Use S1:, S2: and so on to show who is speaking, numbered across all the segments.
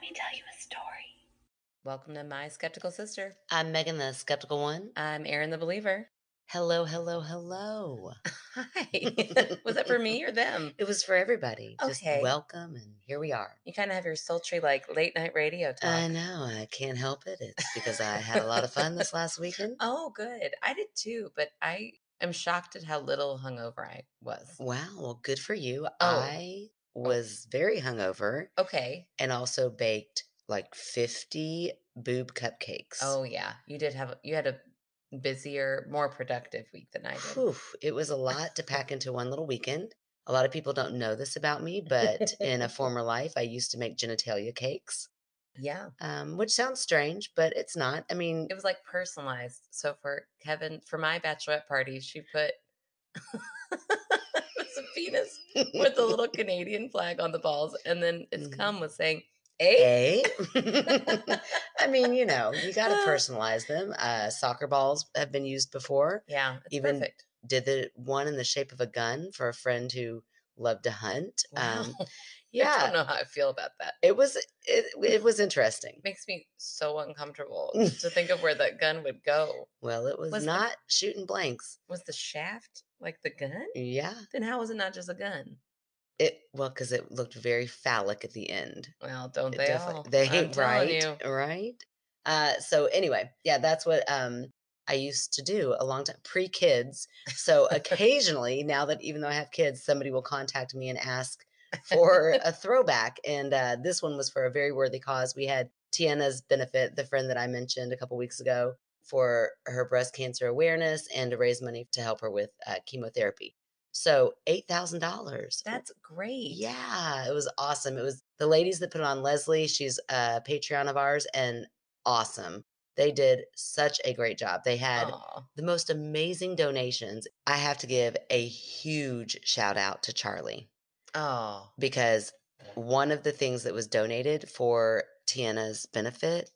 S1: me tell you a story.
S2: Welcome to My Skeptical Sister.
S3: I'm Megan, the skeptical one.
S2: I'm Erin the Believer.
S3: Hello, hello, hello.
S2: Hi. Was that for me or them?
S3: It was for everybody. Just
S2: Okay.
S3: welcome, and here we are.
S2: You kind of have your sultry, like late night radio talk.
S3: I know. I can't help it. It's because I had a lot of fun this last weekend.
S2: Oh, good. I did too, but I am shocked at how little hungover I was.
S3: Wow. Well, good for you. I was very hungover
S2: Okay.
S3: and also baked like 50 boob cupcakes.
S2: Oh yeah, you did have you had a busier, more productive week than I did.
S3: Whew, it was a lot to pack into one little weekend. A lot of people don't know this about me, but in a former life, I used to make genitalia cakes,
S2: Yeah,
S3: um, which sounds strange, but it's not. I mean,
S2: it was like personalized. So for Kevin, for my bachelorette party, she put it was a penis with a little Canadian flag on the balls, and then its
S3: Mhm.
S2: cum was saying, "Hey."
S3: A. Eh? I mean, you know, you got to personalize them. Uh, soccer balls have been used before.
S2: Yeah, it's
S3: Even-
S2: perfect.
S3: Did the one in the shape of a gun for a friend who loved to hunt. Um,
S2: Wow. I don't
S3: yeah,
S2: know how I feel about that.
S3: it was it, it was interesting.
S2: makes me so uncomfortable to think of where that gun would go.
S3: Well, it was,
S2: Was the-
S3: not shooting blanks.
S2: Was the shaft like the gun?
S3: Yeah,
S2: Then how was it not just a gun?
S3: it well because it looked very phallic at the end.
S2: Well, don't
S3: It
S2: they
S3: defi-
S2: all?
S3: they
S2: I'm
S3: hate
S2: telling
S3: right,
S2: you.
S3: right. Uh, so anyway, yeah, that's what um I used to do a long time pre kids. So occasionally, now that even though I have kids, somebody will contact me and ask for a throwback, and uh, this one was for a very worthy cause. We had Tiana's benefit, the friend that I mentioned a couple weeks ago, for her breast cancer awareness and to raise money to help her with uh, chemotherapy. So eight thousand dollars.
S2: That's great.
S3: Yeah, it was awesome. It was the ladies that put it on Leslie. She's a Patreon of ours and awesome. They did such a great job. They had
S2: Aw.
S3: the most amazing donations. I have to give a huge shout out to Charlie
S2: Oh.
S3: because one of the things that was donated for Tiana's benefit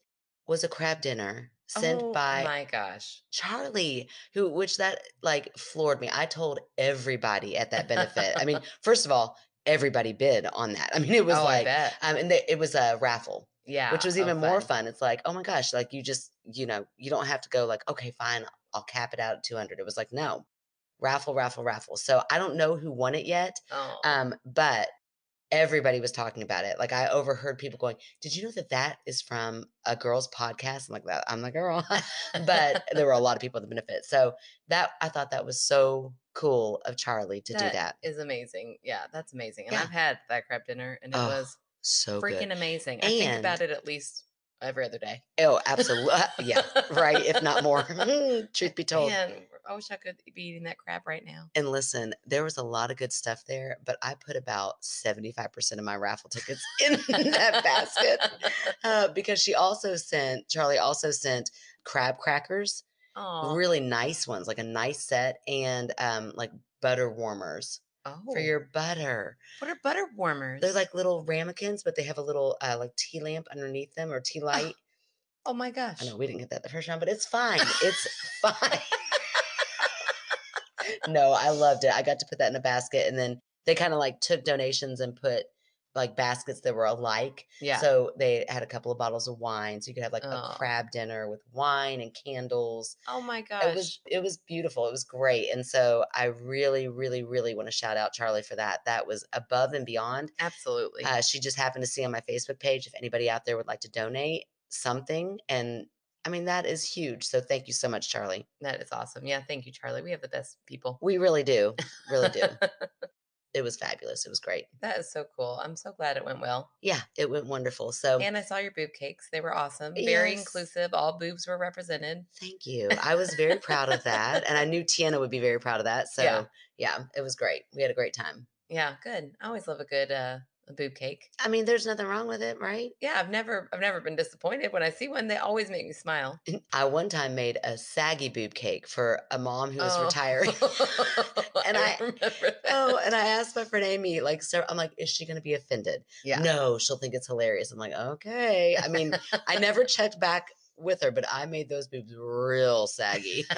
S3: was a crab dinner sent
S2: Oh
S3: by
S2: my gosh.
S3: Charlie, who which that like floored me. I told everybody at that benefit. I mean, first of all, everybody bid on that. I mean, it was
S2: oh, I
S3: like
S2: bet.
S3: um and they, it was a raffle,
S2: Yeah.
S3: which was
S2: oh,
S3: even more fun. It's like, "Oh my gosh, like you just, you know, you don't have to go like, okay, fine, I'll cap it out at 200." It was like, "No. Raffle, raffle, raffle." So, I don't know who won it yet,
S2: Oh.
S3: um, but everybody was talking about it. Like I overheard people going, "Did you know that that is from a girl's podcast?" I'm like, "That I'm the girl," Uh, but there were a lot of people that benefit. So that I thought that was so cool of Charlie to do that.
S2: is amazing. Yeah, that's amazing. And
S3: Yeah.
S2: I've had that crab dinner and it
S3: Oh,
S2: was
S3: So
S2: freaking
S3: good.
S2: amazing. I think
S3: And-
S2: about it at least every other day.
S3: Oh, absolutely. yeah, right. If not more. Truth be told.
S2: Man, I wish I could be eating that crab right now.
S3: And listen, there was a lot of good stuff there, but I put about 75% of my raffle tickets in that basket. uh, because she also sent Charlie also sent crab crackers,
S2: Aw.
S3: really nice ones, like a nice set, and um, like butter warmers
S2: oh,
S3: for your butter.
S2: what are butter warmers?
S3: They're like little ramekins, but they have a little uh, like tea lamp underneath them or tea light.
S2: oh my gosh.
S3: I know we didn't get that the first round, but it's fine. It's fine. no, I loved it. I got to put that in a basket, and then they kind of like took donations and put like baskets that were alike
S2: Yeah.
S3: So they had a couple of bottles of wine. So you could have like
S2: Oh.
S3: a crab dinner with wine and candles.
S2: oh my gosh.
S3: It was it was beautiful. It was great. And so I really, really, really want to shout out Charlie for that. That was above and beyond.
S2: Absolutely.
S3: Uh, she just happened to see on my Facebook page if anybody out there would like to donate something. And I mean that is huge. So thank you so much, Charlie.
S2: that is awesome. Yeah. Thank you, Charlie. We have the best people.
S3: We really do, really do. it was fabulous. It was great.
S2: that is so cool. I'm so glad it went well.
S3: Yeah, it went wonderful. So
S2: And I saw your boob cakes. They were awesome. Very
S3: Yes.
S2: inclusive. All boobs were represented.
S3: Thank you. I was very proud of that. And I knew Tiana would be very proud of that. So,
S2: Yeah.
S3: yeah. it was great. We had a great time.
S2: Yeah. Good. I always love a good uh, a boob cake.
S3: I mean, there's nothing wrong with it, right?
S2: Yeah. I've never I've never been disappointed when I see one. They always make me smile.
S3: I one time made a saggy boob cake for a mom who was
S2: Oh.
S3: retiring. And I-
S2: remember that.
S3: oh, and I asked my friend Amy, like, so I'm like, is she going to be offended?
S2: yeah.
S3: No, she'll think it's hilarious. I'm like, okay. I mean, I never checked back with her, but I made those boobs real saggy.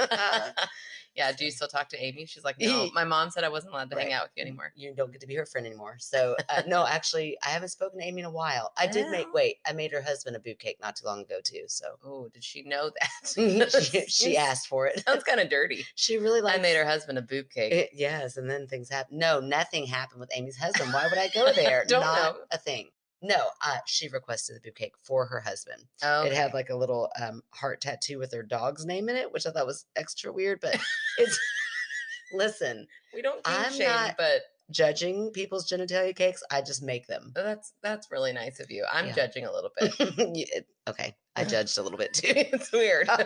S2: yeah. Do you still talk to Amy? She's like, no. My mom said I wasn't allowed to hang
S3: Right.
S2: out with you anymore.
S3: you don't get to be her friend anymore. So uh, no, actually, I haven't spoken to Amy in a while. I did make
S2: Well.
S3: wait. I made her husband a boot cake not too long ago too. So
S2: Oh, did she know that?
S3: she, she
S2: Seems-
S3: asked for it.
S2: Sounds kind of dirty.
S3: She really
S2: I
S3: likes.
S2: made her husband a boot cake.
S3: It, yes, and then things happen. No, nothing happened with Amy's husband. Why would I go there?
S2: Don't
S3: Not
S2: know.
S3: a thing. No, uh, she requested the boot cake for her husband.
S2: oh,
S3: It had like a little um, heart tattoo with her dog's name in it, which I thought was extra weird. But it's listen,
S2: we don't kink
S3: I'm
S2: shame,
S3: not-
S2: but
S3: judging people's genitalia cakes, I just make them.
S2: that's that's really nice of you. I'm
S3: Yeah.
S2: judging a little bit.
S3: You- it- okay, I judged a little bit too.
S2: it's weird.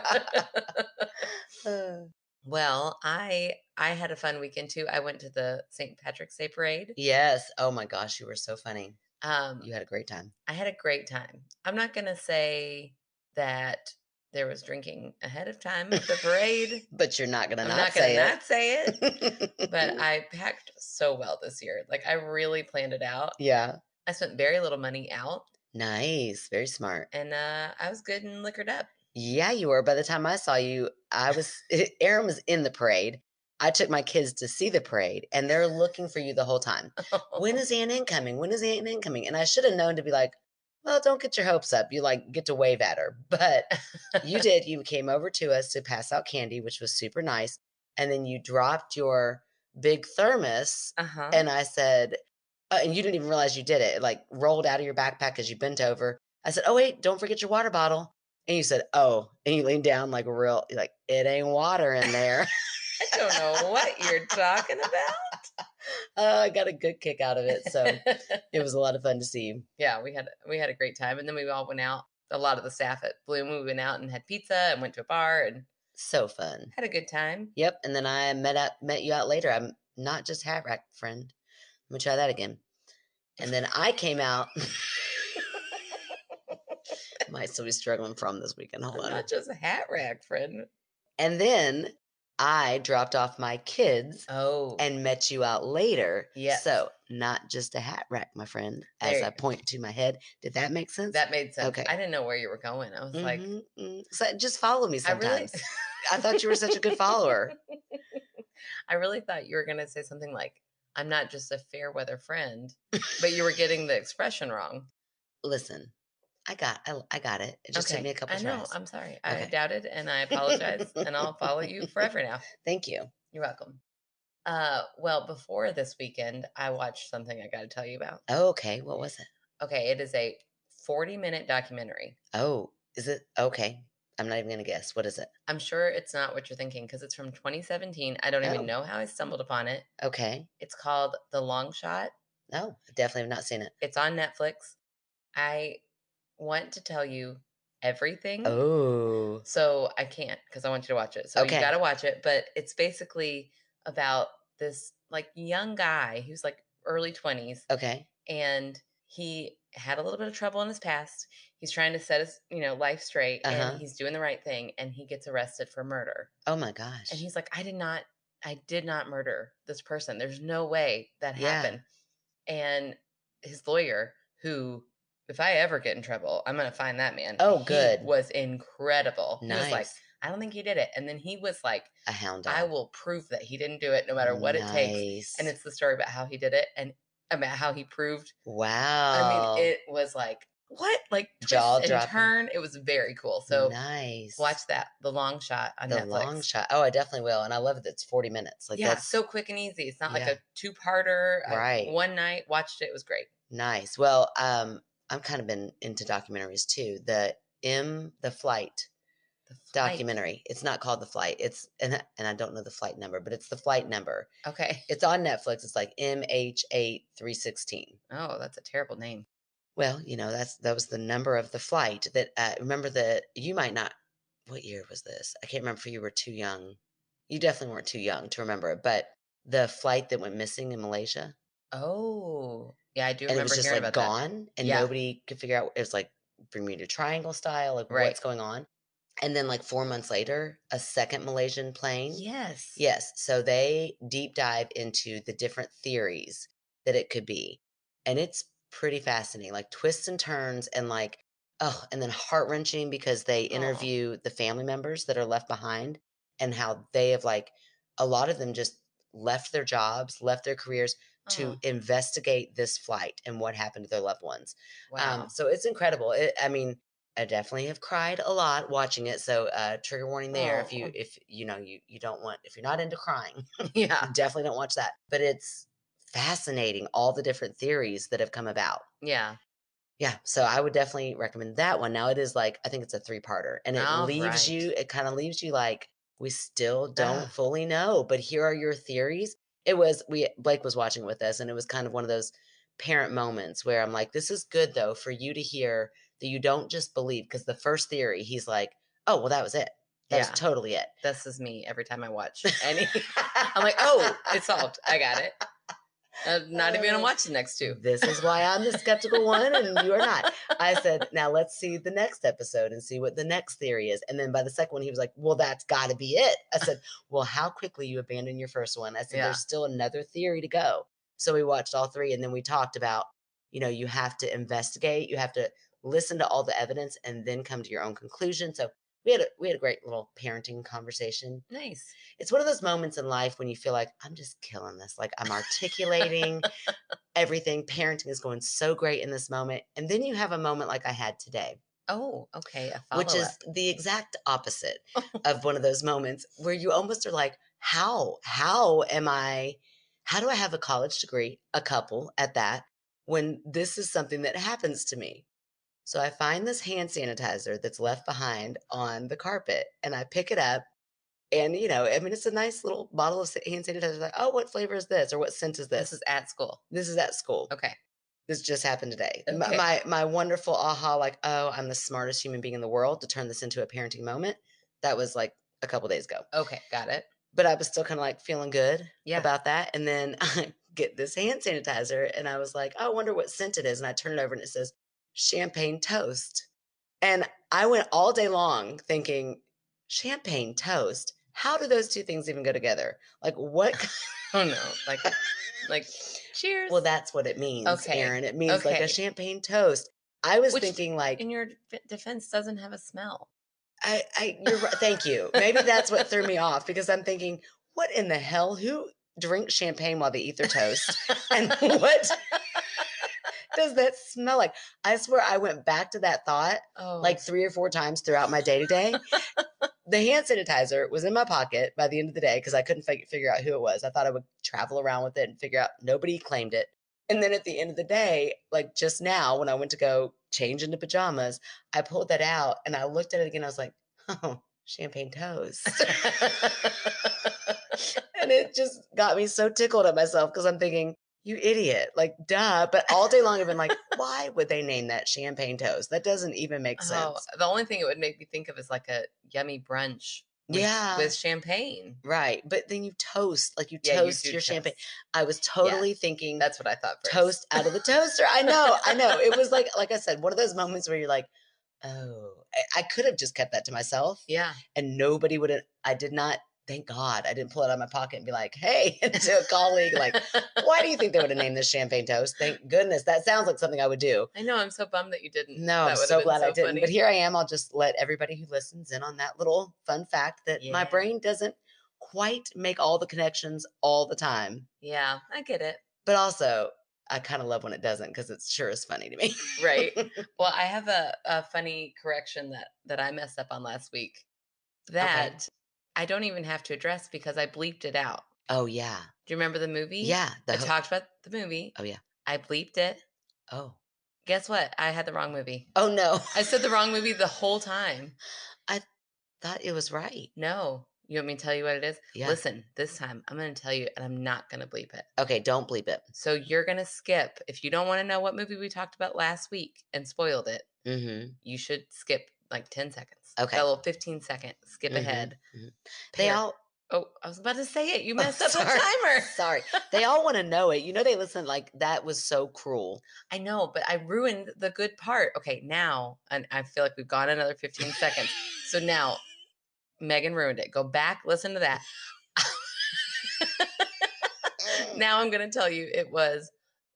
S3: Uh,
S2: well, I I had a fun weekend too. I went to the St. Patrick's Day parade.
S3: yes. Oh my gosh, you were so funny.
S2: Um,
S3: You had a great time.
S2: I had a great time. I'm not gonna say that there was drinking ahead of time at the parade.
S3: But you're not gonna
S2: I'm
S3: not,
S2: not gonna
S3: say
S2: not say it.
S3: it.
S2: But I packed so well this year. Like I really planned it out.
S3: yeah,
S2: I spent very little money out,
S3: nice, very smart.
S2: and uh, I was good and liquored up.
S3: Yeah, you were. By the time I saw you, I was. Aaron was in the parade. I took my kids to see the parade, and they're looking for you the whole time. When is Aunt Ann coming? When is Aunt Ann coming? And I should have known to be like, well, don't get your hopes up. You like get to wave at her, but you did. You came over to us to pass out candy, which was super nice, and then you dropped your big thermos,
S2: uh huh.
S3: and I said, uh, and you didn't even realize you did it. It like rolled out of your backpack as you bent over. I said, oh wait, don't forget your water bottle. And you said, oh, and you leaned down like real, you're like it ain't water in there.
S2: I don't know what you're talking about.
S3: uh, I got a good kick out of it, so it was a lot of fun to see you.
S2: yeah, we had we had a great time, and then we all went out. A lot of the staff at Bloom, we went out and had pizza and went to a bar and
S3: So fun.
S2: had a good time.
S3: Yep. And then I met up, met you out later. I'm not just hat rack friend. Let me try that again. And then I came out. Might still be struggling from this weekend. Hold
S2: I'm
S3: on.
S2: not just a hat rack friend.
S3: And then I dropped off my kids
S2: Oh,
S3: and met you out later.
S2: Yes.
S3: So not just a hat rack, my friend.
S2: There
S3: As
S2: you
S3: I
S2: go.
S3: point to my head. Did that make sense?
S2: that made sense.
S3: Okay.
S2: I didn't know where you were going. I was like,
S3: Mhm, mm. so just follow me
S2: I really,
S3: sometimes. I thought you were such a good follower.
S2: I really thought you were going to say something like, "I'm not just a fair weather friend," but you were getting the expression wrong.
S3: Listen, I got, I, I got it. It just took me a couple
S2: I know.
S3: tries.
S2: I'm sorry. I
S3: Okay.
S2: doubted, and I apologize, and I'll follow you forever now.
S3: Thank you.
S2: You're welcome. Uh, well, before this weekend, I watched something I got to tell you about.
S3: Oh, okay. What was it?
S2: Okay, it is a 40 minute documentary.
S3: Oh, is it? Okay. I'm not even going to guess. What is it?
S2: I'm sure it's not what you're thinking because it's from 2017. I don't
S3: Oh.
S2: even know how I stumbled upon it.
S3: Okay.
S2: It's called The Long Shot.
S3: No, I definitely have not seen it.
S2: It's on Netflix. I want to tell you everything.
S3: Oh,
S2: So I can't because I want you to watch it. So
S3: Okay.
S2: you got to watch it. But it's basically about this like young guy who's like early 20s
S3: okay.
S2: and he had a little bit of trouble in his past. He's trying to set his, you know, life straight
S3: Uh-huh.
S2: and he's doing the right thing and he gets arrested for murder.
S3: Oh my gosh.
S2: And he's like, I did not I did not murder this person. There's no way that
S3: Yeah.
S2: happened. And his lawyer, who if I ever get in trouble, I'm gonna find that man.
S3: Oh,
S2: he
S3: good.
S2: was incredible. He
S3: nice.
S2: was like, I don't think he did it. And then he was like,
S3: a hound dog.
S2: I will prove that he didn't do it no matter what it takes. And
S3: Nice.
S2: it's the story about how he did it and about how he proved
S3: wow.
S2: I mean, it was like what, like
S3: Oh. Jaw
S2: twist and
S3: dropping.
S2: turn. It was very cool. So
S3: nice.
S2: watch that, the long shot on
S3: the
S2: Netflix.
S3: long shot. Oh, I definitely will. And I love it. It's 40 minutes. Like
S2: yeah,
S3: that's
S2: so quick and easy. It's not like
S3: yeah.
S2: a two-parter. I-
S3: Right.
S2: one night watched it. It was great.
S3: nice. Well, um, I'm kind of been into documentaries too. The M, the flight
S2: The flight.
S3: documentary. It's not called the flight. It's and I- and I don't know the flight number, but it's the flight number.
S2: Okay.
S3: It's on Netflix. It's like MH8316.
S2: Oh, that's a terrible name.
S3: Well, you know, that's that was the number of the flight that uh, remember that you might not what year was this? I can't remember if you were too young. You definitely weren't too young to remember it, but the flight that went missing in Malaysia
S2: Oh, yeah, I do
S3: and
S2: remember
S3: it was just
S2: hearing
S3: like
S2: about
S3: gone and
S2: Yeah.
S3: nobody could figure out it was like Bermuda Triangle style, like
S2: Right.
S3: what's going on. And then like 4 months later, a second Malaysian plane
S2: that. Yes.
S3: Yes. So they deep dive into the different theories that it could be. And it's pretty fascinating, like twists and turns and like oh, and then heart wrenching because they
S2: Aw.
S3: interview the family members that are left behind and how they have like a lot of them just left their jobs, left their careers to um,
S2: Oh,
S3: investigate this flight and what happened to their loved ones.
S2: wow.
S3: Um, so it's incredible. It, I mean, I definitely have cried a lot watching it. So uh, trigger warning there if you
S2: Oh.
S3: if you know you you don't want if you're not into crying,
S2: yeah.
S3: you definitely don't watch that. But it's fascinating all the different theories that have come about.
S2: Yeah.
S3: Yeah, so I would definitely recommend that one. Now it is like I think it's a three-parter, and it
S2: All
S3: leaves
S2: Oh, right.
S3: you. It kind of leaves you like we still don't
S2: Ugh.
S3: fully know, but here are your theories. It was we Blake was watching with us, and it was kind of one of those parent moments where I'm like, this is good though for you to hear that you don't just believe because the first theory he's like, oh well, that was it. That was
S2: Yeah.
S3: totally it.
S2: This is me every time I watch any. I'm like, oh, it's solved. I got it. I'm not even gonna
S3: Uh,
S2: watch the next two.
S3: This is why I'm the skeptical one and you are not. I said, now let's see the next episode and see what the next theory is. And then by the second one, he was like, well, that's got to be it. I said, well, how quickly you abandoned your first one. I said,
S2: Yeah.
S3: there's still another theory to go. So we watched all three and then we talked about, you know, you have to investigate, you have to listen to all the evidence and then come to your own conclusion. So we had a, we had a great little parenting conversation
S2: Nice.
S3: it's one of those moments in life when you feel like I'm just killing this. Like I'm articulating everything. Parenting is going so great in this moment. And then you have a moment like I had today,
S2: Oh, okay. A follow
S3: which is the exact opposite of one of those moments where you almost are like, how, how am I, how do I have a college degree, a couple at that, when this is something that happens to me? So I find this hand sanitizer that's left behind on the carpet and I pick it up and you know, I mean, it's a nice little bottle of sa- hand sanitizer. Like, oh, what flavor is this, or what scent is this?
S2: This is at school.
S3: This is at school.
S2: Okay.
S3: This just happened today. M-
S2: Okay.
S3: My my wonderful aha, like, oh, I'm the smartest human being in the world to turn this into a parenting moment. That was like a couple days ago,
S2: Okay. Got it.
S3: but I was still kind of like feeling good
S2: Yeah.
S3: about that. And then I get this hand sanitizer, and I was like, oh, I wonder what scent it is. And I turn it over, and it says champagne toast. And I went all day long thinking, champagne toast. How do those two things even go together? Like, what
S2: Oh no. Like, like, cheers.
S3: Well, that's what it means,
S2: Okay.
S3: Aaron. It means like
S2: Okay.
S3: a champagne toast. I was
S2: Which-
S3: thinking like
S2: in your def- defense doesn't have a smell.
S3: I, I you're right. Thank you. Maybe that's what threw me off because I'm thinking, what in the hell? Who drinks champagne while they eat their toast? And what does that smell like? I swear I went back to that thought
S2: Oh,
S3: like three or four times throughout my day to day. The hand sanitizer was in my pocket by the end of the day because I couldn't fig- figure out who it was. I thought I would travel around with it and figure out nobody claimed it. And then at the end of the day, like just now when I went to go change into pajamas, I pulled that out and I looked at it again. I was like, oh, champagne toast. and it just got me so tickled at myself because I'm thinking, you idiot. Like, duh. But all day long, I've been like, why would they name that champagne toast? That doesn't even make sense.
S2: oh, the only thing it would make me think of is like a yummy brunch. With,
S3: Yeah.
S2: With champagne.
S3: Right. But then you toast, like you
S2: Yeah, you
S3: toast
S2: do
S3: your champagne.
S2: toast.
S3: I was totally thinking
S2: That's what I thought first.
S3: toast out of the toaster. I know, I know. It was like, like I said, one of those moments where you're like, oh, I, I could have just kept that to myself
S2: Yeah.
S3: and nobody would have, I did not, thank God, I didn't pull it out of my pocket and be like, hey, to a colleague, like, why do you think they would have named this champagne toast? Thank goodness. That sounds like something I would do.
S2: I know. I'm so bummed that you didn't.
S3: No,
S2: That
S3: I'm
S2: would've
S3: so
S2: been
S3: glad I didn't. But
S2: funny.
S3: here I am. I'll just let everybody who listens in on that little fun fact that my
S2: Yeah.
S3: brain doesn't quite make all the connections all the time.
S2: Yeah, I get it.
S3: But also, I kind of love when it doesn't because it sure is funny to me.
S2: Right. Well, I have a, a funny correction that that I messed up on last week. That I don't even have to address because I bleeped it out.
S3: oh, yeah.
S2: Do you remember the movie?
S3: Yeah. The
S2: I
S3: ho-
S2: talked about the movie.
S3: Oh, yeah.
S2: I bleeped it.
S3: oh.
S2: Guess what? I had the wrong movie.
S3: Oh, no.
S2: I said the wrong movie the whole time.
S3: thought it was right.
S2: No. You want me to tell you what it is?
S3: Yeah.
S2: Listen, this time I'm going to tell you and I'm not going to bleep it.
S3: Okay. Don't bleep it.
S2: So you're going to skip. If you don't want to know what movie we talked about last week and spoiled it,
S3: Mm-hmm.
S2: you should skip like 10 seconds.
S3: Okay.
S2: That little 15 second skip
S3: Mhm,
S2: ahead.
S3: mhm. They
S2: Pair-
S3: all
S2: Oh, I was about to say it. You
S3: Oh,
S2: messed up the
S3: sorry,
S2: timer.
S3: Sorry. They all want to know it. You know, they listen like that was so cruel.
S2: I know, but I ruined the good part. Okay, now, and I feel like we've gone another 15 seconds. So now, Megan ruined it. Go back, listen to that.
S3: Mm,
S2: Now I'm going to tell you it was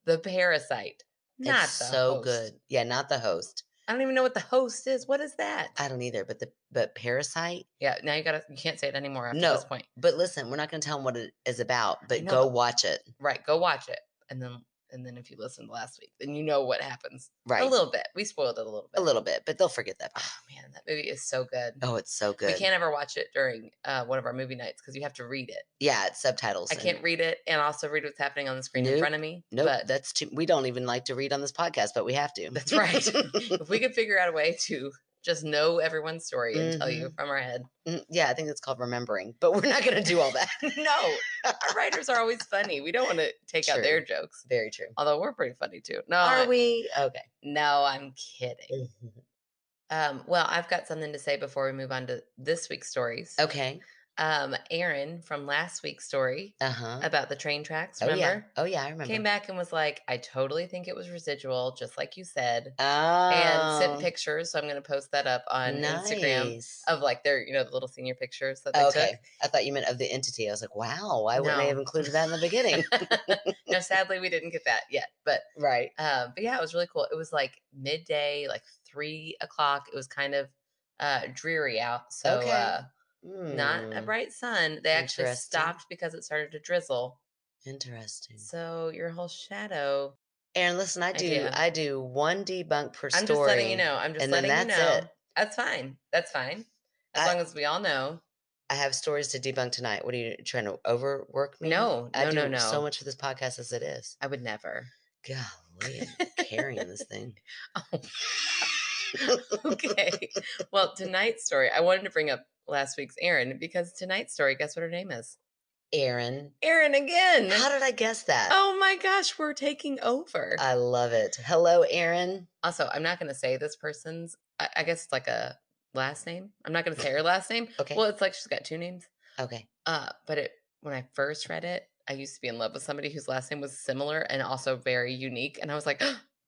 S2: the parasite, not
S3: it's
S2: the
S3: so
S2: host.
S3: good. Yeah, not the host.
S2: I don't even know what the host is. What is that?
S3: I don't either, but the but Parasite.
S2: Yeah, now you gotta you can't say it anymore after
S3: No.
S2: this point.
S3: But listen, we're not going to tell them what it is about, but
S2: know,
S3: go
S2: but-
S3: watch it.
S2: Right, go watch it. And then and then if you listened to last week, then you know what happens.
S3: Right.
S2: A little bit. We spoiled it a little bit.
S3: A little bit, but they'll forget that. part.
S2: Oh man, that movie is so good.
S3: Oh, it's so good.
S2: We can't ever watch it during uh, one of our movie nights because you have to read it.
S3: yeah, it's subtitles.
S2: I
S3: and-
S2: can't read it and also read what's happening on the screen in
S3: Nope,
S2: front of me.
S3: Nope,
S2: but
S3: that's too. We don't even like to read on this podcast, but we have to.
S2: That's right. if we could figure out a way to just know everyone's story and tell you from our head.
S3: Mm, yeah, I think it's called remembering, but we're not going to do all that.
S2: No, our writers are always funny. We don't want to take out their jokes,
S3: Very true.
S2: although we're pretty funny too. No, I-
S3: Are we okay?
S2: No, I'm kidding. Um, well, I've got something to say before we move on to this week's stories.
S3: okay.
S2: Um, Aaron from last week's story
S3: Uh huh.
S2: about the train tracks,
S3: Oh
S2: remember?
S3: yeah. Oh yeah, I remember.
S2: Came back and was like, I totally think it was residual, just like you said.
S3: Oh,
S2: And sent pictures, so I'm gonna post that up on Instagram
S3: nice.
S2: of like their, you know, the little senior pictures that they
S3: Oh, okay,
S2: took.
S3: I thought you meant of the entity. I was like, wow, why wouldn't I
S2: No.
S3: have included that in the beginning?
S2: no, sadly, we didn't get that yet. But
S3: right.
S2: um, but yeah, it was really cool. It was like midday, like three o'clock. It was kind of uh, dreary out, so
S3: Okay.
S2: uh, not a
S3: Hmm,
S2: bright sun. They actually
S3: Interesting.
S2: stopped because it started to drizzle.
S3: Interesting.
S2: So your whole shadow.
S3: Aaron, listen, I do, I do,
S2: do.
S3: one debunk per
S2: I'm
S3: story.
S2: just letting you know. I'm just
S3: and then
S2: letting you know.
S3: that's it.
S2: That's fine. That's fine. As
S3: I-
S2: long as we all know.
S3: I have stories to debunk tonight. What are you trying to overwork me?
S2: No,
S3: I
S2: no,
S3: do
S2: no,
S3: So
S2: no.
S3: much for this podcast as it is.
S2: I would never.
S3: Golly, I'm carrying this thing.
S2: okay. Well, tonight's story. I wanted to bring up last week's Erin because tonight's story. Guess what her name is?
S3: Aaron,
S2: Erin again.
S3: how did I guess that?
S2: Oh my gosh, we're taking over.
S3: I love it. Hello, Aaron.
S2: also, I'm not going to say this person's. I, I guess it's like a last name. I'm not going to say her last name.
S3: Okay.
S2: Well, it's like she's got two names.
S3: Okay.
S2: Uh, but it when I first read it, I used to be in love with somebody whose last name was similar and also very unique, and I was like,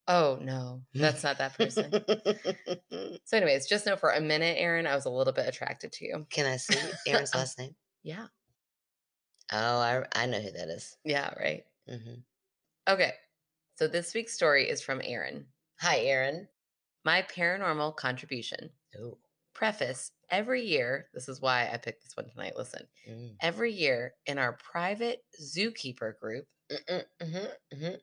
S2: oh no, that's not that person. so, anyways, just know for a minute, Erin, I was a little bit attracted to you.
S3: Can I see Aaron's last name?
S2: Yeah.
S3: Oh, I, I know who that is.
S2: Yeah. Right.
S3: Mm-hmm.
S2: Okay. So this week's story is from Erin.
S3: Hi, Aaron.
S2: My paranormal contribution.
S3: Oh,
S2: preface every year this is why i picked this one tonight listen
S3: mm.
S2: every year in our private zookeeper group
S3: Mm-mm, mhm, mhm.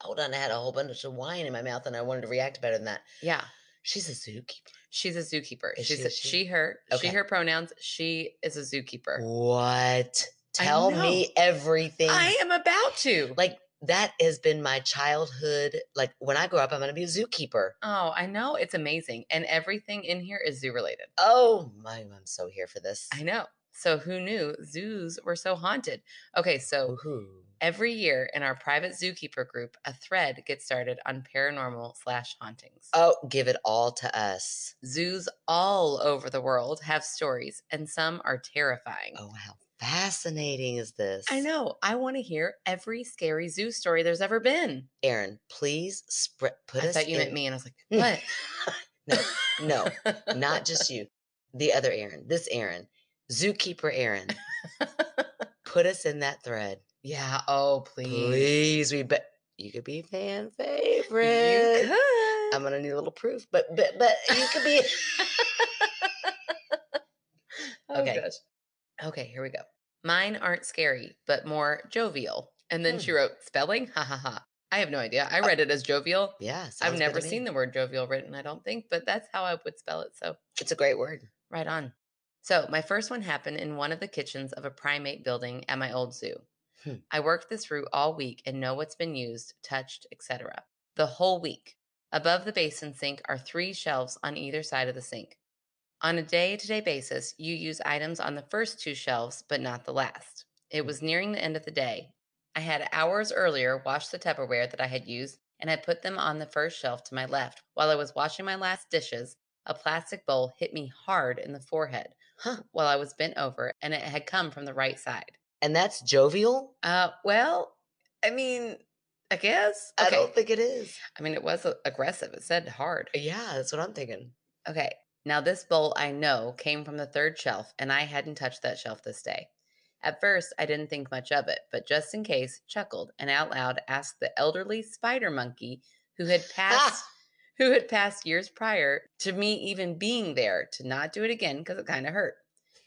S3: Hold on, I had a whole bunch of wine in my mouth and I wanted to react better than that.
S2: yeah
S3: She's a zookeeper.
S2: she's a zookeeper
S3: Is
S2: she's
S3: she
S2: a,
S3: a she?
S2: she? her
S3: Okay.
S2: she her pronouns she is a zookeeper
S3: What? Tell me everything.
S2: i am about to
S3: Like, that has been my childhood. Like, when I grow up, I'm going to be a zookeeper.
S2: oh i know it's amazing and everything in here is zoo related
S3: Oh, my, I'm so here for this.
S2: i know so who knew zoos were so haunted okay so
S3: Woohoo.
S2: every year in our private zookeeper group a thread gets started on paranormal slash hauntings
S3: Oh, give it all to us.
S2: Zoos all over the world have stories, and some are terrifying.
S3: Oh, how fascinating is this?
S2: I know. I want to hear every scary zoo story there's ever been.
S3: Aaron, please spread. Put
S2: I
S3: us.
S2: thought you meant
S3: in-
S2: me, and I was
S3: Hmm.
S2: like,
S3: no,
S2: "What?
S3: no, not just you. The other Aaron. This Aaron, zookeeper Aaron. Put us in that thread,
S2: yeah. Oh, please.
S3: please. We bet you could be fan favorite.
S2: You could.
S3: I'm gonna need a little proof, but but but you could be.
S2: Oh,
S3: okay.
S2: gosh. Okay. Here we go. Mine aren't scary, but more jovial. And then she
S3: Hmm.
S2: wrote spelling. Ha ha ha. I have no idea. I read it as jovial.
S3: Yeah,
S2: I've never seen the word jovial written. I don't think, but that's how I would spell it. So
S3: It's a great word.
S2: Right on. So, my first one happened in one of the kitchens of a primate building at my old zoo.
S3: Hmm.
S2: I worked this route all week and know what's been used, touched, etc. The whole week. Above the basin sink are three shelves on either side of the sink. On a day to day basis, you use items on the first two shelves, but not the last. It was nearing the end of the day. I had hours earlier washed the Tupperware that I had used, and I put them on the first shelf to my left while I was washing my last dishes a plastic bowl hit me hard in the forehead
S3: Huh.
S2: while I was bent over, and it had come from the right side.
S3: And that's jovial.
S2: Uh, well, I mean, I guess.
S3: I
S2: Okay. I,
S3: don't think it is.
S2: mean, it was a- aggressive. It said hard.
S3: Yeah, that's what I'm thinking.
S2: Okay. Now, this bowl I know came from the third shelf, and I hadn't touched that shelf this day. At first, I didn't think much of it, but just in case, chuckled and out loud asked the elderly spider monkey who had passed who had passed years prior to me even being there to not do it again because it kind of hurt.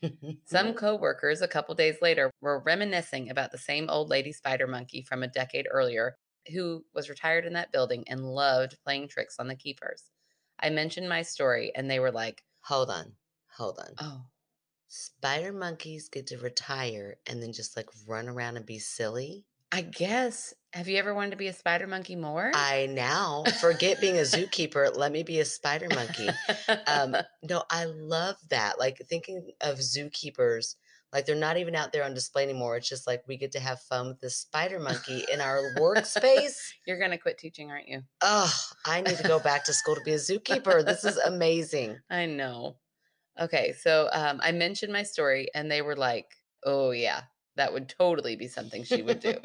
S3: Mm-hmm.
S2: Some coworkers a couple days later were reminiscing about the same old lady spider monkey from a decade earlier who was retired in that building and loved playing tricks on the keepers. I mentioned my story and they were like,
S3: hold on, hold on.
S2: "Oh,
S3: Spider monkeys get to retire and then just like run around and be silly.
S2: I guess have you ever wanted to be a spider monkey more?"
S3: I now forget being a zookeeper. Let me be a spider monkey. Um, no, I love that. Like thinking of zookeepers, like they're not even out there on display anymore. It's just like we get to have fun with this spider monkey in our workspace.
S2: You're going to quit teaching, aren't you?
S3: Oh, I need to go back to school to be a zookeeper. This is amazing.
S2: I know. Okay, so um, I mentioned my story, and they were like, "Oh yeah, that would totally be something she would do."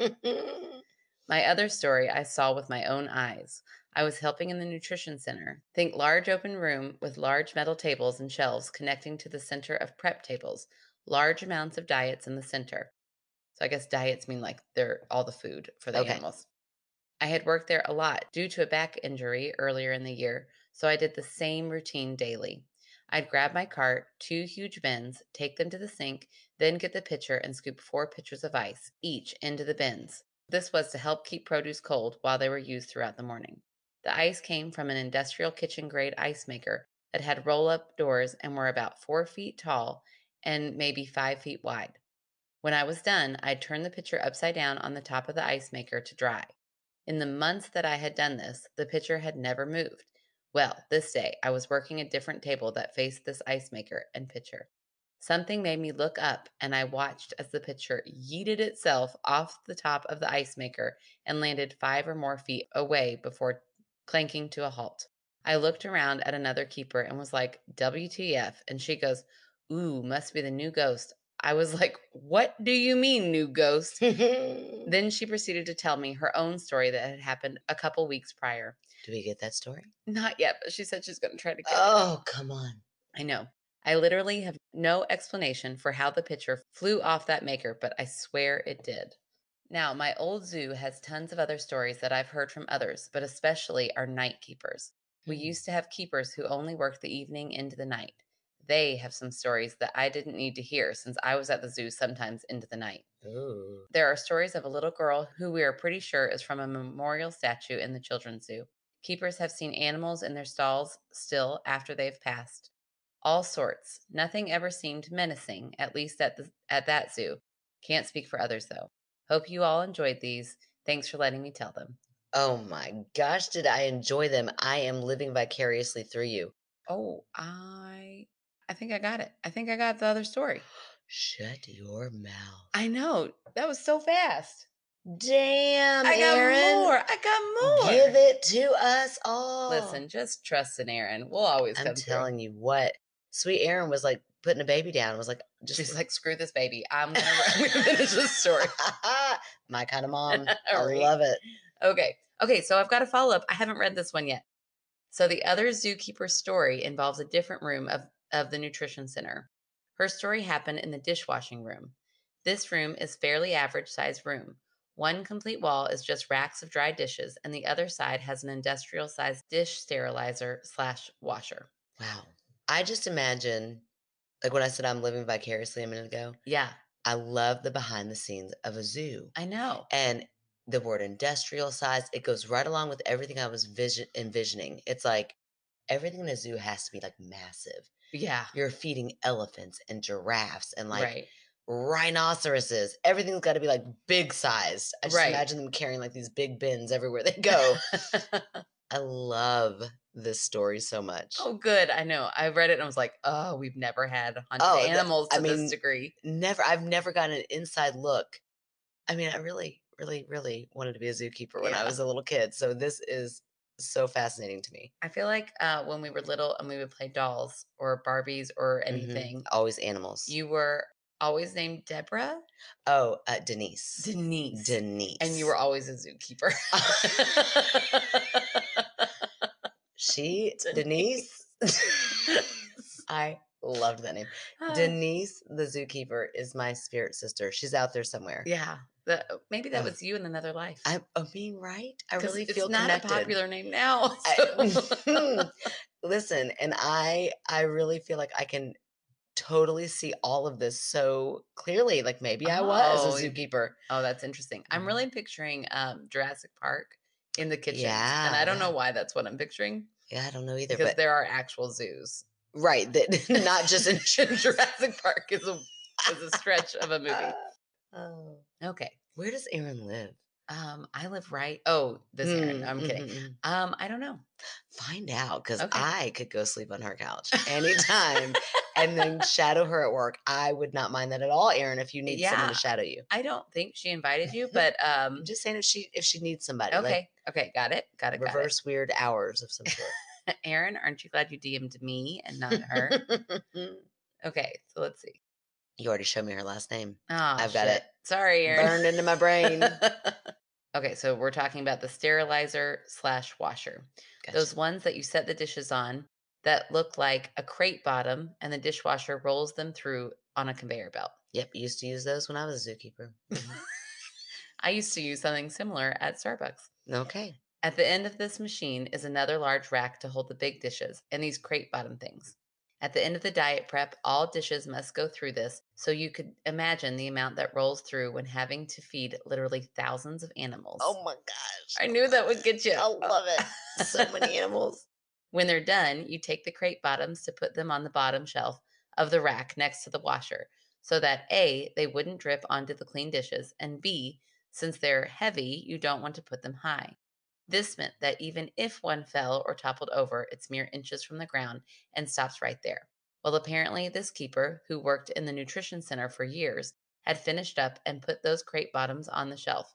S2: my other story I saw with my own eyes. I was helping in the nutrition center. Think large open room with large metal tables and shelves connecting to the center of prep tables. Large amounts of diets in the center. So I guess diets mean like they're all the food for the
S3: Okay.
S2: animals. I had worked there a lot due to a back injury earlier in the year, so I did the same routine daily. I'd grab my cart, two huge bins, take them to the sink, then get the pitcher and scoop four pitchers of ice each into the bins. This was to help keep produce cold while they were used throughout the morning. The ice came from an industrial kitchen grade ice maker that had roll up doors and were about four feet tall and maybe five feet wide. When I was done, I'd turn the pitcher upside down on the top of the ice maker to dry. In the months that I had done this, the pitcher had never moved. Well, this day I was working a different table that faced this ice maker and pitcher. Something made me look up, and I watched as the pitcher yeeted itself off the top of the ice maker and landed five or more feet away before clanking to a halt. I looked around at another keeper and was like, WTF? And she goes, Ooh, must be the new ghost. I was like, What do you mean, new ghost?
S3: do
S2: Then she proceeded to tell me her own story that had happened a couple weeks prior.
S3: we get that story?
S2: Not yet, but she said she's going to try to get it.
S3: Oh, come on.
S2: I know. I literally have no explanation for how the pitcher flew off that maker, but I swear it did. Now, my old zoo has tons of other stories that I've heard from others, but especially our night keepers. We
S3: Mm.
S2: used to have keepers who only worked the evening into the night. They have some stories that I didn't need to hear since I was at the zoo sometimes into the night.
S3: Ooh.
S2: There are stories of a little girl who we are pretty sure is from a memorial statue in the children's zoo. Keepers have seen animals in their stalls still after they've passed. All sorts. Nothing ever seemed menacing, at least at the at that zoo. Can't speak for others though. Hope you all enjoyed these. Thanks for letting me tell them.
S3: Oh my gosh, did I enjoy them? I am living vicariously through you.
S2: Oh, I I think I got it. I think I got the other story.
S3: Shut your mouth.
S2: I know. That was so fast.
S3: Damn,
S2: I got
S3: Aaron.
S2: more. I got more.
S3: Give it to us all.
S2: Listen, just trust in Aaron. We'll always
S3: I'm
S2: come through.
S3: telling you what. Sweet Aaron was like putting a baby down. Was like just
S2: She's like, screw this baby. I'm gonna, I'm gonna finish this story.
S3: My kind of mom. I
S2: Right.
S3: love it.
S2: Okay. Okay. So I've got a follow up. I haven't read this one yet. So the other zookeeper story involves a different room of, of the nutrition center. Her story happened in the dishwashing room. This room is fairly average sized room. One complete wall is just racks of dry dishes, and the other side has an industrial sized dish sterilizer slash washer.
S3: Wow. I just imagine, like when I said I'm living vicariously a minute ago,
S2: Yeah,
S3: I love the behind the scenes of a zoo.
S2: I know.
S3: and the word industrial size it goes right along with everything i was vision envisioning it's like everything in a zoo has to be like massive
S2: Yeah,
S3: you're feeding elephants and giraffes and like
S2: right.
S3: rhinoceroses everything's got to be like big sized i just
S2: Right.
S3: imagine them carrying like these big bins everywhere they go
S2: Oh.
S3: i love this story so much
S2: Oh, good. I know. I read it and I was like, oh, we've never had haunted
S3: Oh, the-
S2: animals to
S3: I mean-
S2: this degree.
S3: never i've never gotten an inside look i mean i really really really wanted to be a zookeeper when
S2: Yeah.
S3: i was a little kid so this is so fascinating to me
S2: I feel like uh, when we were little and we would play dolls or Barbies or
S3: Mhm.
S2: anything,
S3: Always animals.
S2: you were always named Deborah
S3: oh, uh, Denise.
S2: Denise.
S3: Denise.
S2: and you were always a zookeeper.
S3: she Denise. I Loved that name.
S2: Ah,
S3: Denise, the zookeeper, is my spirit sister. She's out there somewhere.
S2: Oh, yeah. The, maybe that
S3: Oh.
S2: was you in another life.
S3: I, I mean, right? I
S2: 'Cause
S3: really
S2: it's
S3: feel
S2: not
S3: connected.
S2: a popular name now. so-
S3: I- Listen, and I I really feel like I can totally see all of this so clearly. Like maybe I
S2: Oh,
S3: was a
S2: y-
S3: zookeeper.
S2: oh, that's interesting. I'm
S3: Mhm.
S2: really picturing um, Jurassic Park in the kitchen,
S3: Yeah,
S2: and I don't
S3: yeah.
S2: know why that's what I'm picturing
S3: Yeah, I don't know either,
S2: because
S3: but
S2: there are actual zoos.
S3: right, that not just in
S2: Jurassic Park is a is a stretch of a movie.
S3: Oh.
S2: Okay.
S3: Where does Aaron live?
S2: Um, I live right. Oh, this Erin.
S3: Mm,
S2: I'm
S3: mm,
S2: kidding.
S3: mm, mm.
S2: Um, I don't know.
S3: Find out because
S2: Okay.
S3: I could go sleep on her couch anytime and then shadow her at work. I would not mind that at all, Erin, if you need someone
S2: Yeah.
S3: to shadow you.
S2: I don't think she invited you, but um,
S3: I'm just saying if she if she needs somebody, like
S2: okay, okay, got it, got it, got
S3: reverse weird hours of some sort.
S2: it. Erin, aren't you glad you DM'd me and not her? okay, so let's see.
S3: you already showed me her last name.
S2: Oh,
S3: I've got it.
S2: Sorry, Erin.
S3: Burned into my brain.
S2: okay, so we're talking about the sterilizer slash washer. Those
S3: Gotcha.
S2: ones that you set the dishes on that look like a crate bottom, and the dishwasher rolls them through on a conveyor belt.
S3: Yep, used to use those when I was a zookeeper. Mhm.
S2: I used to use something similar at Starbucks.
S3: okay.
S2: At the end of this machine is another large rack to hold the big dishes and these crate bottom things. At the end of the diet prep, all dishes must go through this, so you could imagine the amount that rolls through when having to feed literally thousands of animals.
S3: Oh my gosh.
S2: I knew that would get you.
S3: I love it. So many animals.
S2: When they're done, you take the crate bottoms to put them on the bottom shelf of the rack next to the washer so that A, they wouldn't drip onto the clean dishes, and B, since they're heavy, you don't want to put them high. This meant that even if one fell or toppled over, it's mere inches from the ground and stops right there. Well, apparently, this keeper, who worked in the nutrition center for years, had finished up and put those crate bottoms on the shelf.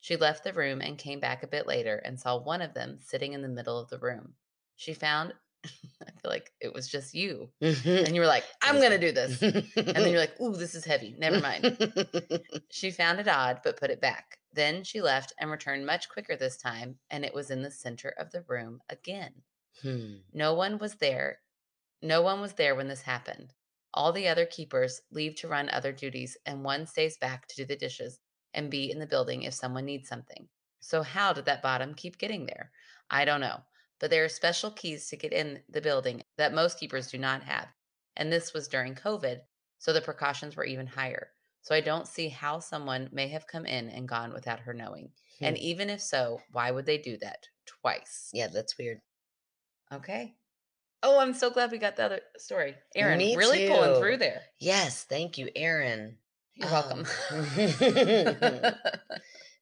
S2: She left the room and came back a bit later and saw one of them sitting in the middle of the room. She found, I feel like it was just you.
S3: and
S2: And you were like, I'm going to do this. And then
S3: then
S2: you're like, ooh, this is heavy. Never mind. She found it odd, but put it back. Then she left and returned much quicker this time, and it was in the center of the room again.
S3: hmm.
S2: No one was there. No one was there when this happened. All the other keepers leave to run other duties, and one stays back to do the dishes and be in the building if someone needs something. So, how did that bottom keep getting there? I don't know. But there are special keys to get in the building that most keepers do not have. And this was during COVID, so the precautions were even higher. So, I don't see how someone may have come in and gone without her knowing. And e
S3: Hmm.
S2: even if so, why would they do that twice?
S3: Yeah, that's weird.
S2: Okay. Oh, I'm so glad we got the other story. Erin,
S3: Me
S2: really pulling
S3: too.
S2: through there.
S3: Yes, thank you, Aaron.
S2: You're
S3: Um,
S2: welcome.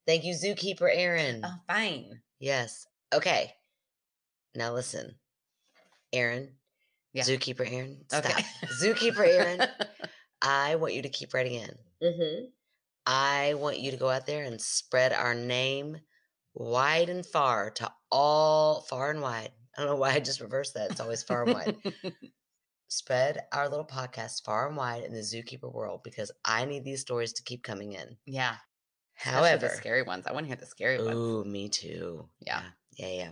S3: thank you, zookeeper Aaron.
S2: Um, oh, fine.
S3: Yes. Okay. Now listen, Aaron.
S2: Yeah.
S3: Zookeeper Aaron. Stop.
S2: Okay.
S3: Zookeeper Aaron. I want you to keep writing in.
S2: mm-hmm.
S3: I want you to go out there and spread our name wide and far to all far and wide. I don't know why I just reversed that. It's always far and wide. Spread our little podcast far and wide in the zookeeper world because I need these stories to keep coming in.
S2: Yeah. especially
S3: However,
S2: the scary ones. I want to hear the scary ones.
S3: ooh, me too.
S2: Yeah.
S3: yeah, yeah, yeah.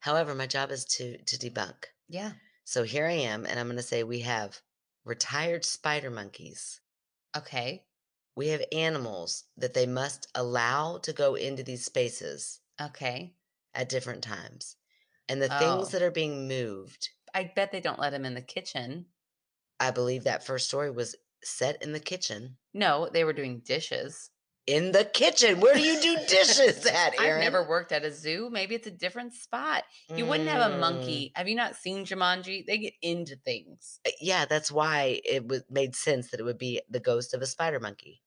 S3: However, my job is to to debunk.
S2: Yeah.
S3: So here I am, and I'm going to say we have retired spider monkeys.
S2: Okay.
S3: We have animals that they must allow to go into these spaces
S2: Okay.
S3: at different times. And the things
S2: Oh.
S3: that are being moved,
S2: I bet they don't let him in the kitchen.
S3: I believe that first story was set in the kitchen.
S2: No, they were doing dishes.
S3: In the kitchen. Where do you do dishes at, Erin?
S2: I've never worked at a zoo. Maybe it's a different spot. You wouldn't have a
S3: Mm,
S2: monkey. Have you not seen Jumanji? They get into things.
S3: uh, Yeah, that's why it w- made sense that it would be the ghost of a spider monkey.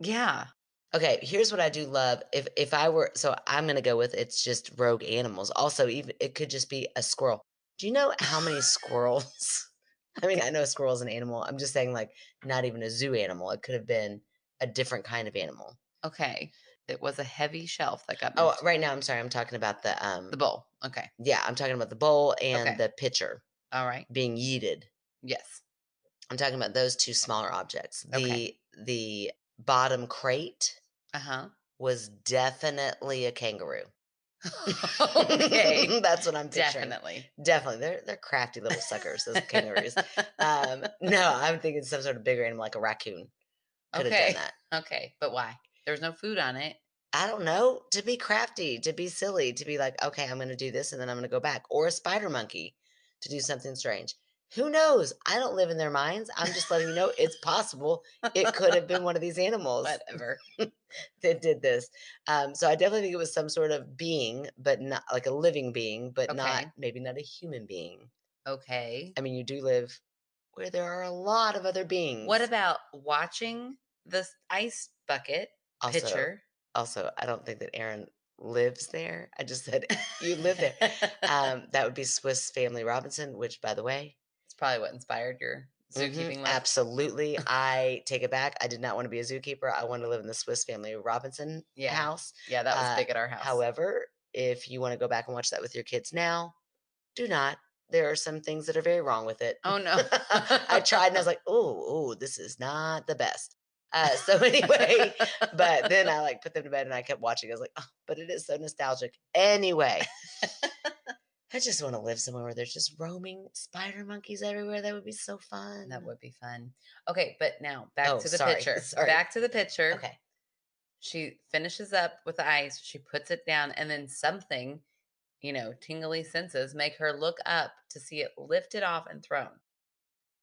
S2: Yeah.
S3: Okay, here's what I do love. If if I were so I'm gonna go with it's just rogue animals. Also, even it could just be a squirrel. Do you know how many squirrels? I mean, I know a squirrel is an animal. I'm just saying, like, not even a zoo animal. It could have been a different kind of animal.
S2: Okay. It was a heavy shelf that got
S3: Oh,
S2: moved.
S3: right now, I'm sorry, I'm talking about the um
S2: The bowl. Okay.
S3: yeah, I'm talking about the bowl and
S2: Okay.
S3: the pitcher
S2: All right.
S3: being yeeted.
S2: Yes.
S3: I'm talking about those two smaller objects. The
S2: Okay.
S3: the bottom crate
S2: Uh huh.
S3: was definitely a kangaroo.
S2: Okay.
S3: That's what I'm picturing.
S2: Definitely.
S3: Definitely. They're they're crafty little suckers, those canaries. Um, no, I'm thinking some sort of bigger animal like a raccoon. Could
S2: Okay.
S3: have done that.
S2: okay, but why? There was no food on it.
S3: I don't know. To be crafty, to be silly, to be like, okay, I'm going to do this and then I'm going to go back, or a spider monkey to do something strange. Who knows? I don't live in their minds. I'm just letting you know it's possible it could have been one of these animals
S2: Whatever.
S3: that did this. Um, so I definitely think it was some sort of being, but not like a living being, but not
S2: Okay.
S3: maybe not a human being.
S2: Okay.
S3: I mean, you do live where there are a lot of other beings.
S2: What about watching this ice bucket
S3: also,
S2: picture?
S3: Also, I don't think that Aaron lives there. I just said you live there. Um, that would be Swiss Family Robinson, which, by the way,
S2: it's probably what inspired your
S3: mhm,
S2: zookeeping love.
S3: absolutely. I take it back. I did not want to be a zookeeper. I wanted to live in the Swiss Family Robinson
S2: Yeah.
S3: house.
S2: Yeah, that was
S3: Uh,
S2: big at our house.
S3: However, if you want to go back and watch that with your kids now, do not. There are some things that are very wrong with it.
S2: oh no.
S3: I tried and I was like, oh, oh, this is not the best. Uh, so anyway, but then I like put them to bed and I kept watching. I was like, oh, but it is so nostalgic. Anyway, I just want to live somewhere where there's just roaming spider monkeys everywhere. That would be so fun.
S2: that would be fun. Okay, but now back
S3: Oh,
S2: to the
S3: sorry,
S2: picture.
S3: sorry.
S2: Back to the picture.
S3: Okay.
S2: She finishes up with the ice, she puts it down, and then something, you know, tingly senses make her look up to see it lifted off and thrown.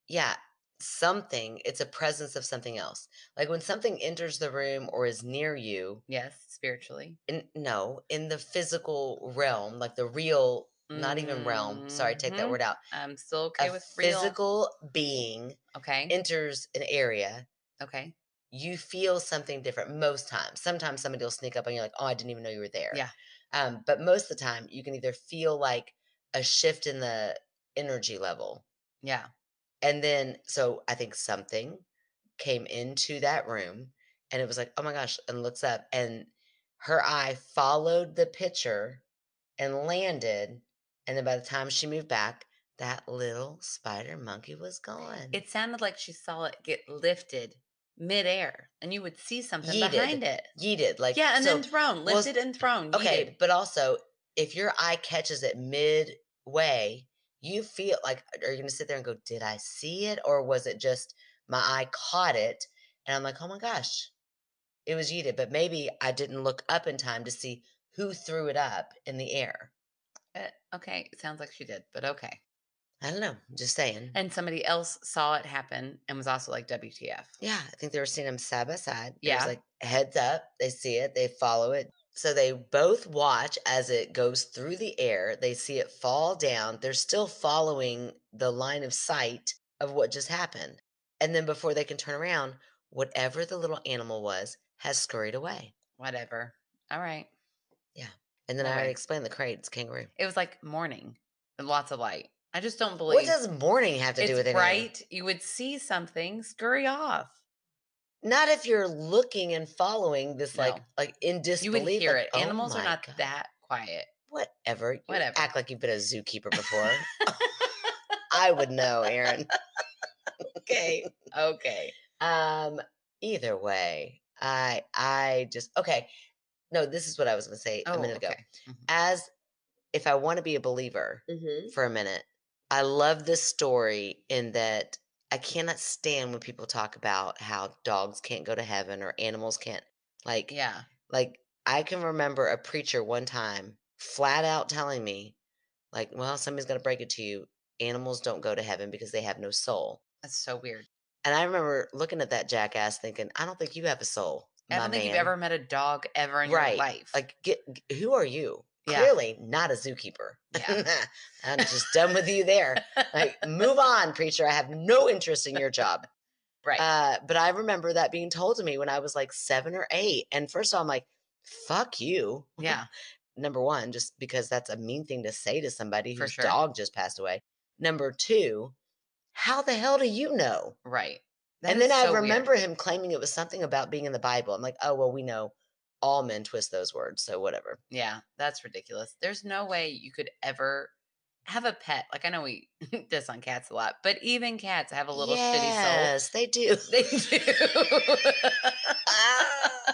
S3: Yeah. Something, it's a presence of something else. Like when something enters the room or is near you,
S2: Yes, spiritually.
S3: in, no, in the physical realm, like the real, not even realm. Sorry, take that
S2: Mhm.
S3: word out.
S2: I'm still okay
S3: a
S2: with real.
S3: physical being
S2: Okay.
S3: enters an area,
S2: okay.
S3: you feel something different most times. Sometimes somebody will sneak up and you're like, oh, I didn't even know you were there.
S2: Yeah.
S3: Um, but most of the time, you can either feel like a shift in the energy level.
S2: Yeah.
S3: Mm-hmm. And then, so I think something came into that room and it was like, oh my gosh, and looks up. And her eye followed the picture and landed. And then by the time she moved back, that little spider monkey was gone.
S2: It sounded like she saw it get lifted midair and you would see something
S3: Yeeted.
S2: behind it.
S3: yeeted. Like
S2: yeah, and
S3: so-
S2: then thrown,
S3: well,
S2: lifted and thrown.
S3: okay,
S2: yeeted.
S3: but also if your eye catches it midway, you feel like are you gonna sit there and go, Did I see it? Or was it just my eye caught it and I'm like, Oh my gosh, it was yeeted. But maybe I didn't look up in time to see who threw it up in the air.
S2: Uh, okay, it sounds like she did, but okay.
S3: I don't know. Just saying.
S2: And somebody else saw it happen and was also like, WTF.
S3: yeah, I think they were seeing them side by side. It
S2: Yeah.
S3: was like heads up, they see it, they follow it. So they both watch as it goes through the air. They see it fall down. They're still following the line of sight of what just happened. And then before they can turn around, whatever the little animal was has scurried away.
S2: Whatever. All right.
S3: And then I
S2: All
S3: already
S2: right.
S3: explained the crate, it's kangaroo.
S2: It was like morning and lots of light. I just don't believe
S3: What does morning have to
S2: it's
S3: do with anything?
S2: bright. You would see something scurry off.
S3: Not if you're looking and following this, like,
S2: No.
S3: like in
S2: You
S3: disbelief.
S2: would hear
S3: like,
S2: it.
S3: "Oh
S2: Animals are
S3: my
S2: not
S3: God."
S2: that quiet.
S3: whatever. You
S2: Whatever.
S3: Act like you've been a zookeeper before. I would know, Aaron.
S2: Okay. okay.
S3: Um, either way, I I just okay. No, this is what I was gonna say
S2: Oh,
S3: a minute ago. As if I want to be a believer
S2: Mm-hmm.
S3: for a minute, I love this story in that I cannot stand when people talk about how dogs can't go to heaven or animals can't like
S2: Yeah.
S3: like I can remember a preacher one time flat out telling me, like, well, somebody's gonna break it to you. Animals don't go to heaven because they have no soul.
S2: That's so weird.
S3: And I remember looking at that jackass thinking, I don't think you have a soul.
S2: I don't
S3: my
S2: think you've
S3: man."
S2: ever met a dog ever in
S3: Right.
S2: your life.
S3: like get, g- who are you?
S2: Yeah.
S3: Clearly not a zookeeper.
S2: Yeah.
S3: I'm just done with you there. Like move on, preacher. I have no interest in your job.
S2: right.
S3: Uh, but I remember that being told to me when I was like seven or eight. And first of all, I'm like, fuck you.
S2: yeah.
S3: Number one, just because that's a mean thing to say to somebody
S2: For
S3: whose
S2: sure.
S3: dog just passed away. Number two, how the hell do you know?
S2: Right. That
S3: and
S2: is
S3: then I
S2: so weird.
S3: remember him claiming it was something about being in the Bible. I'm like, oh, well, we know all men twist those words. So whatever.
S2: Yeah, that's ridiculous. There's no way you could ever have a pet. Like I know we diss on cats a lot, but even cats have a little shitty soul.
S3: yes, they do.
S2: They do.
S3: Ah,
S2: I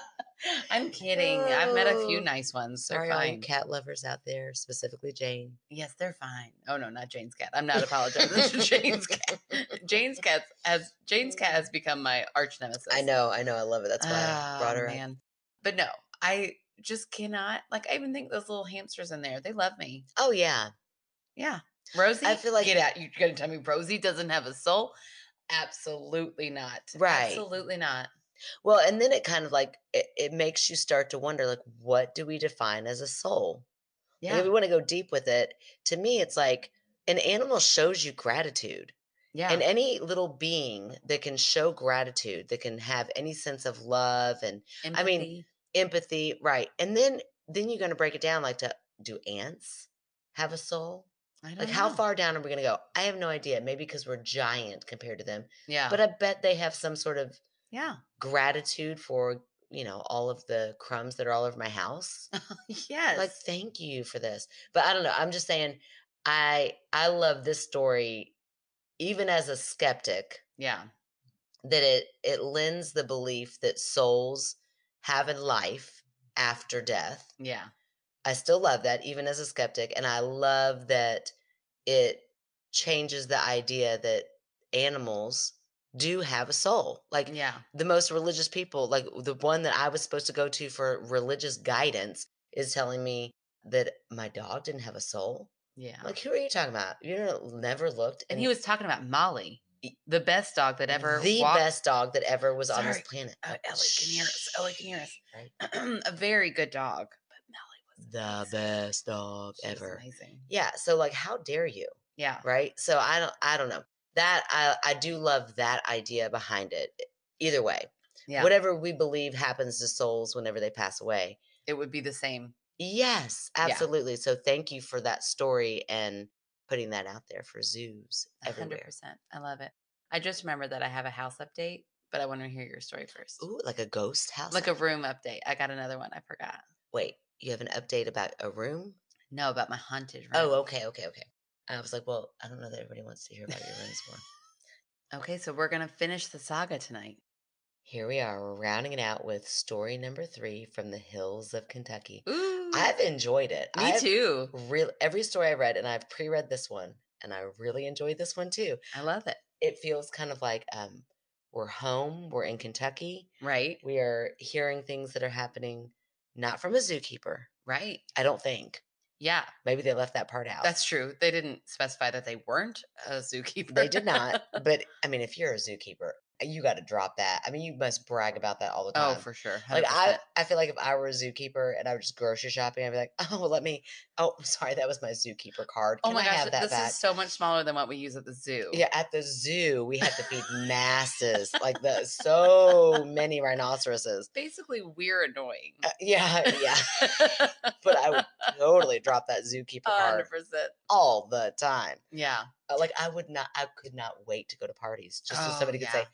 S2: I'm kidding. I've met a few
S3: Oh.
S2: nice ones. They're
S3: Sorry, all you
S2: fine.
S3: cat lovers out there, specifically Jane.
S2: Yes, they're fine. Oh no, not Jane's cat. I'm not apologizing to Oh, Jane's cat. Jane's cat has Jane's cat has become my arch nemesis.
S3: I know, I know, I love it. That's why I brought
S2: Oh,
S3: her up.
S2: man. But no, I just cannot. Like, I even think those little hamsters in there, they love me.
S3: Oh yeah,
S2: Yeah. Rosie,
S3: feel like-
S2: get out. You're going to tell me Rosie doesn't have a soul? Absolutely not.
S3: Right.
S2: Absolutely not.
S3: Well, and then it kind of like it, it makes you start to wonder, like, what do we define as a soul? Like,
S2: Yeah.
S3: if we want to go deep with it, to me, it's like an animal shows you gratitude,
S2: yeah.
S3: and any little being that can show gratitude, that can have any sense of love and I mean,
S2: Empathy.
S3: empathy, right? And then then you're going to break it down, like, to do ants have a soul?
S2: I
S3: Like,
S2: don't
S3: how
S2: know.
S3: far down are we going to go? I have no idea. Maybe because we're giant compared to them,
S2: Yeah.
S3: but I bet they have some sort of
S2: yeah.
S3: gratitude for you know all of the crumbs that are all over my house
S2: Yes.
S3: like thank you for this but i don't know i'm just saying i i love this story even as a skeptic
S2: yeah.
S3: that it it lends the belief that souls have a life after death
S2: Yeah.
S3: i still love that even as a skeptic and i love that it changes the idea that animals do have a soul like
S2: Yeah.
S3: the most religious people, like the one that I was supposed to go to for religious guidance, is telling me that my dog didn't have a soul.
S2: Yeah.
S3: I'm like, who are you talking about? You know, never looked.
S2: and he was talking about Molly, the best dog that ever
S3: the
S2: walked.
S3: best dog that ever was on this
S2: Sorry.
S3: planet.
S2: Oh, Ellie can hear us. Ellie can hear us.
S3: Shh, right?
S2: a very good dog. But Molly was
S3: The
S2: amazing.
S3: best dog
S2: She was
S3: ever.
S2: amazing.
S3: Yeah. So, like, how dare you?
S2: Yeah.
S3: Right. So I don't. I don't know that. I I do love that idea behind it. Either way,
S2: Yeah.
S3: whatever we believe happens to souls whenever they pass away,
S2: it would be the same.
S3: Yes,
S2: Yeah.
S3: absolutely. So thank you for that story and putting that out there for zoos
S2: a
S3: everywhere.
S2: 100%. I love it. I just remembered that I have a house update, but I want to hear your story first.
S3: Ooh, like a ghost house.
S2: like
S3: up-
S2: a room update. I got another one. I forgot.
S3: wait, you have an update about a room?
S2: No, about my haunted room.
S3: Oh, okay, okay, okay. I was like, well, I don't know that everybody wants to hear about your rooms more.
S2: okay. So we're going to finish the saga tonight.
S3: Here we are, we're rounding it out with story number three from the hills of Kentucky.
S2: Ooh.
S3: I've enjoyed it.
S2: me
S3: I've
S2: too.
S3: Real every story I read, and I've pre-read this one, and I really enjoyed this one too.
S2: I love it.
S3: It feels kind of like um, we're home, we're in Kentucky,
S2: Right.
S3: we are hearing things that are happening not from a zookeeper
S2: Right.
S3: i don't think
S2: Yeah.
S3: maybe they left that part out
S2: That's true. They didn't specify that they weren't a zookeeper.
S3: they did not but i mean if you're a zookeeper uh, you got to drop that i mean you must brag about that all the
S2: oh,
S3: time
S2: for sure.
S3: like I,
S2: 100%.
S3: I feel like if I were a zookeeper and I was just grocery shopping, I'd be like, "Oh, let me. Oh, I'm sorry, that was my zookeeper card.
S2: Oh
S3: Can
S2: my
S3: I
S2: gosh,
S3: have that
S2: this
S3: back?"
S2: is so much smaller than what we use at the zoo.
S3: yeah, at the zoo, we had to feed masses, like the so many rhinoceroses.
S2: Basically, we're annoying.
S3: Uh, yeah, yeah. But I would totally drop that zookeeper card
S2: 100%.
S3: all the time.
S2: Yeah.
S3: Uh, like I would not, I could not wait to go to parties just so
S2: Oh,
S3: somebody could
S2: yeah.
S3: say,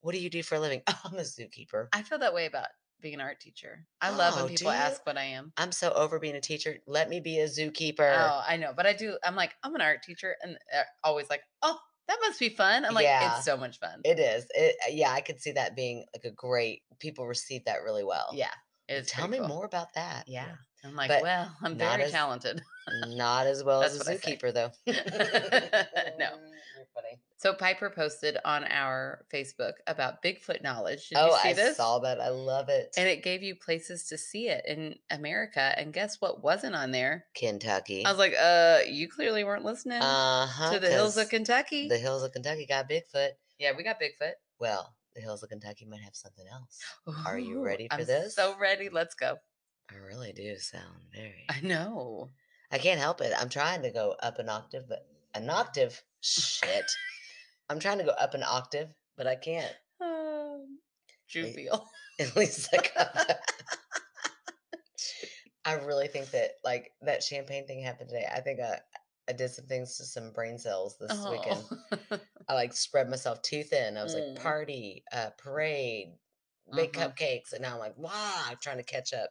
S3: "What do you do for a living?" Oh, I'm a zookeeper.
S2: I feel that way about being an art teacher. I love
S3: Oh,
S2: when
S3: do
S2: people
S3: you?
S2: ask what I am.
S3: I'm so over being a teacher. Let me be a zookeeper.
S2: Oh, I know. But I do, I'm like, I'm an art teacher and they're always like, oh, that must be fun. I'm like,
S3: Yeah.
S2: it's so much fun.
S3: It is. It, uh, yeah, I could see that being like a great. People receive that really well.
S2: yeah.
S3: Well,
S2: It's
S3: Tell me
S2: pretty cool.
S3: more about that.
S2: Yeah. I'm like,
S3: But
S2: well, I'm
S3: not
S2: very
S3: as-
S2: talented.
S3: Not as well as
S2: That's
S3: a
S2: what I say.
S3: zookeeper though.
S2: No.
S3: You're funny.
S2: So Piper posted on our Facebook about Bigfoot knowledge. Did
S3: oh,
S2: you see
S3: I
S2: this?
S3: saw that. I love it.
S2: and it gave you places to see it in America. And guess what wasn't on there?
S3: Kentucky.
S2: I was like, uh, you clearly weren't listening
S3: uh-huh,
S2: to the hills of
S3: 'cause
S2: Kentucky.
S3: The hills of Kentucky got Bigfoot.
S2: yeah, we got Bigfoot.
S3: Well, the hills of Kentucky might have something else. Are you ready for
S2: I'm
S3: this?
S2: So ready. Let's go.
S3: I really do sound very.
S2: I know.
S3: I can't help it. I'm trying to go up an octave, but an octave. Shit. I'm trying to go up an octave, but I can't.
S2: Um, Juvial.
S3: At least I got that. I really think that like that champagne thing happened today. I think I, I did some things to some brain cells this weekend.
S2: Oh.
S3: I like spread myself too thin. I was
S2: Mm.
S3: like party, uh, parade, big
S2: Uh-huh.
S3: cupcakes, and now I'm like, wow, I'm trying to catch up.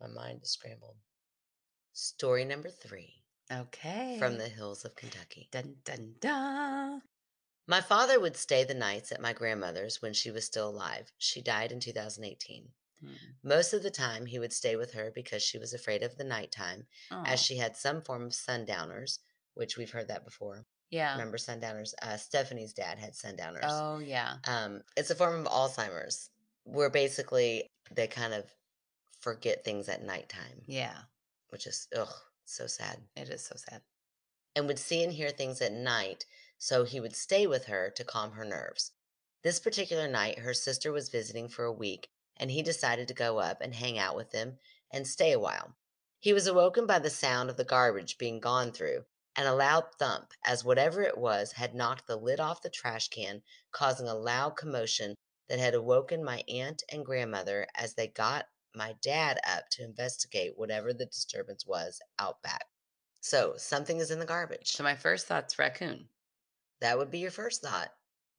S3: My mind is scrambled. Story number three
S2: okay.
S3: from the hills of Kentucky.
S2: dun dun dun.
S3: My father would stay the nights at my grandmother's when she was still alive. She died in 2018.
S2: Hmm.
S3: Most of the time, he would stay with her because she was afraid of the nighttime, as she had some form of sundowners, which we've heard that before.
S2: yeah.
S3: Remember sundowners? Uh, Stephanie's dad had sundowners.
S2: Oh, yeah.
S3: Um, it's a form of Alzheimer's where basically they kind of forget things at nighttime,
S2: Yeah.
S3: which is, ugh, so sad.
S2: It is so sad.
S3: and would see and hear things at night, so he would stay with her to calm her nerves. This particular night, her sister was visiting for a week, and he decided to go up and hang out with them and stay a while. He was awoken by the sound of the garbage being gone through and a loud thump, as whatever it was had knocked the lid off the trash can, causing a loud commotion that had awoken my aunt and grandmother as they got my dad up to investigate whatever the disturbance was out back. So, something is in the garbage.
S2: So my first thought's raccoon.
S3: That would be your first thought.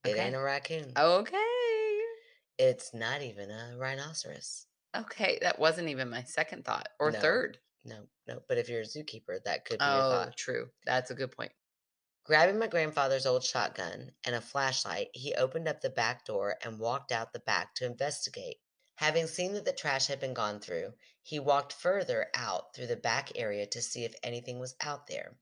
S3: It
S2: Okay. Oh.
S3: ain't a raccoon.
S2: Okay.
S3: It's not even a rhinoceros.
S2: Okay. That wasn't even my second thought or
S3: No.
S2: third.
S3: No, no. But if you're a zookeeper, that could be your
S2: Oh,
S3: thought.
S2: true. That's a good point.
S3: Grabbing my grandfather's old shotgun and a flashlight, he opened up the back door and walked out the back to investigate. Having seen that the trash had been gone through, he walked further out through the back area to see if anything was out there.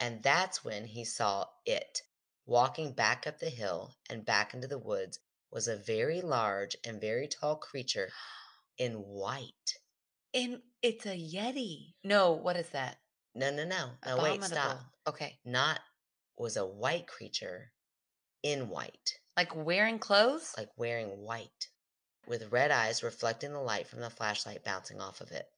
S3: And that's when he saw it. Walking back up the hill and back into the woods was a very large and very tall creature in white.
S2: And it's a Yeti. No, what is that?
S3: No, no, no.
S2: Oh,
S3: No, wait, stop.
S2: Abominable. Okay.
S3: Not was a white creature in white.
S2: Like wearing clothes?
S3: like wearing white, with red eyes reflecting the light from the flashlight bouncing off of it.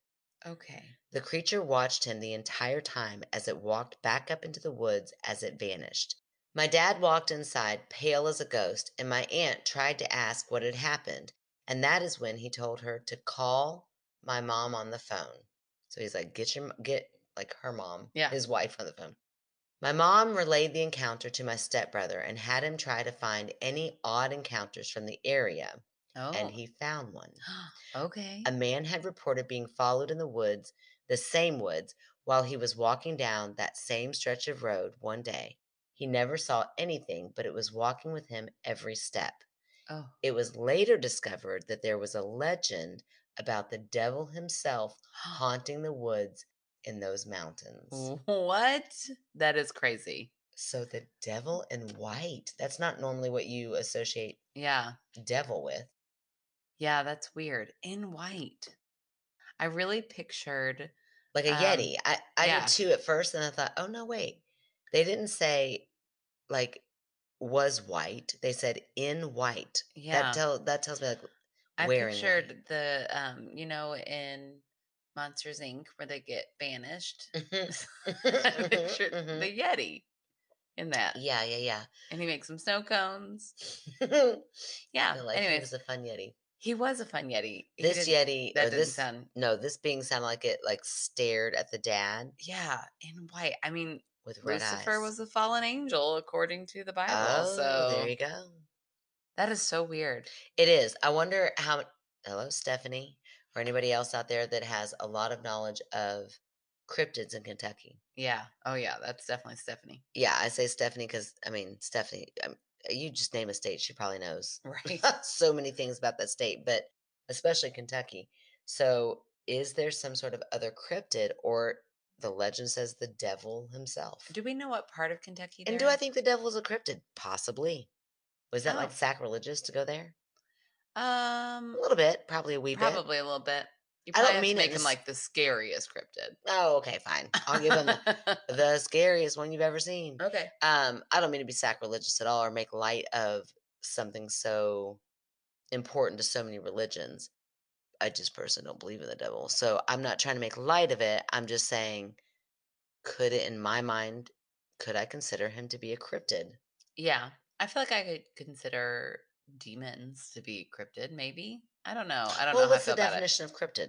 S2: okay.
S3: The creature watched him the entire time as it walked back up into the woods as it vanished. My dad walked inside, pale as a ghost, and my aunt tried to ask what had happened. And that is when he told her to call my mom on the phone. So he's like, get your, m- get like her mom,
S2: Yeah.
S3: his wife on the phone. My mom relayed the encounter to my stepbrother and had him try to find any odd encounters from the area.
S2: Oh.
S3: And he found one.
S2: okay.
S3: A man had reported being followed in the woods, the same woods, while he was walking down that same stretch of road one day. He never saw anything, but it was walking with him every step.
S2: oh.
S3: It was later discovered that there was a legend about the devil himself haunting the woods in those mountains.
S2: What? That is crazy.
S3: So the devil in white, that's not normally what you associate
S2: Yeah.
S3: devil with.
S2: Yeah, that's weird. In white. I really pictured
S3: like a
S2: Um,
S3: yeti. I, I
S2: yeah.
S3: did too at first, and I thought, oh no, wait, they didn't say like was white. They said in white.
S2: yeah.
S3: That tell that tells me like
S2: I
S3: wearing
S2: pictured
S3: white.
S2: the um, you know, in Monsters Inc. where they get banished.
S3: Mhm,
S2: I
S3: mhm,
S2: pictured
S3: mhm.
S2: the Yeti in that.
S3: yeah, yeah,
S2: And he makes some snow cones.
S3: yeah. I
S2: Yeah.
S3: feel like
S2: Anyways,
S3: he was a fun yeti.
S2: a fun Yeti. He
S3: This
S2: didn't-
S3: yeti
S2: that
S3: or
S2: didn't
S3: this
S2: sound
S3: no, this being sounded like it like stared at the dad
S2: yeah, in white. I mean,
S3: with red
S2: Lucifer
S3: eyes.
S2: was a fallen angel according to the Bible.
S3: oh,
S2: so
S3: there you go.
S2: that is so weird.
S3: It is. I wonder how. Hello, Stephanie, or anybody else out there that has a lot of knowledge of cryptids in Kentucky.
S2: Yeah. Oh yeah, that's definitely Stephanie.
S3: Yeah, I say Stephanie because I mean Stephanie. Um, you just name a state, she probably knows
S2: Right.
S3: so many things about that state, but especially Kentucky. So, is there some sort of other cryptid, or the legend says the devil himself?
S2: Do we know what part of Kentucky?
S3: and do
S2: they're
S3: I
S2: in?
S3: think the devil is a cryptid? Possibly. Was that like
S2: Oh.
S3: sacrilegious to go there?
S2: Um,
S3: A little bit, probably a wee bit.
S2: probably a little bit. You
S3: I don't
S2: probably have
S3: mean it
S2: to make
S3: in
S2: him
S3: this-
S2: like the scariest cryptid.
S3: Oh, okay, fine. I'll give him the, the scariest one you've ever seen.
S2: okay.
S3: Um, I don't mean to be sacrilegious at all or make light of something so important to so many religions. I just personally don't believe in the devil. So I'm not trying to make light of it. I'm just saying, could it, in my mind, could I consider him to be a cryptid?
S2: Yeah, I feel like I could consider demons to be cryptid. Maybe I don't know. I don't
S3: well,
S2: know.
S3: what's
S2: how I
S3: the
S2: feel about it.
S3: definition of cryptid?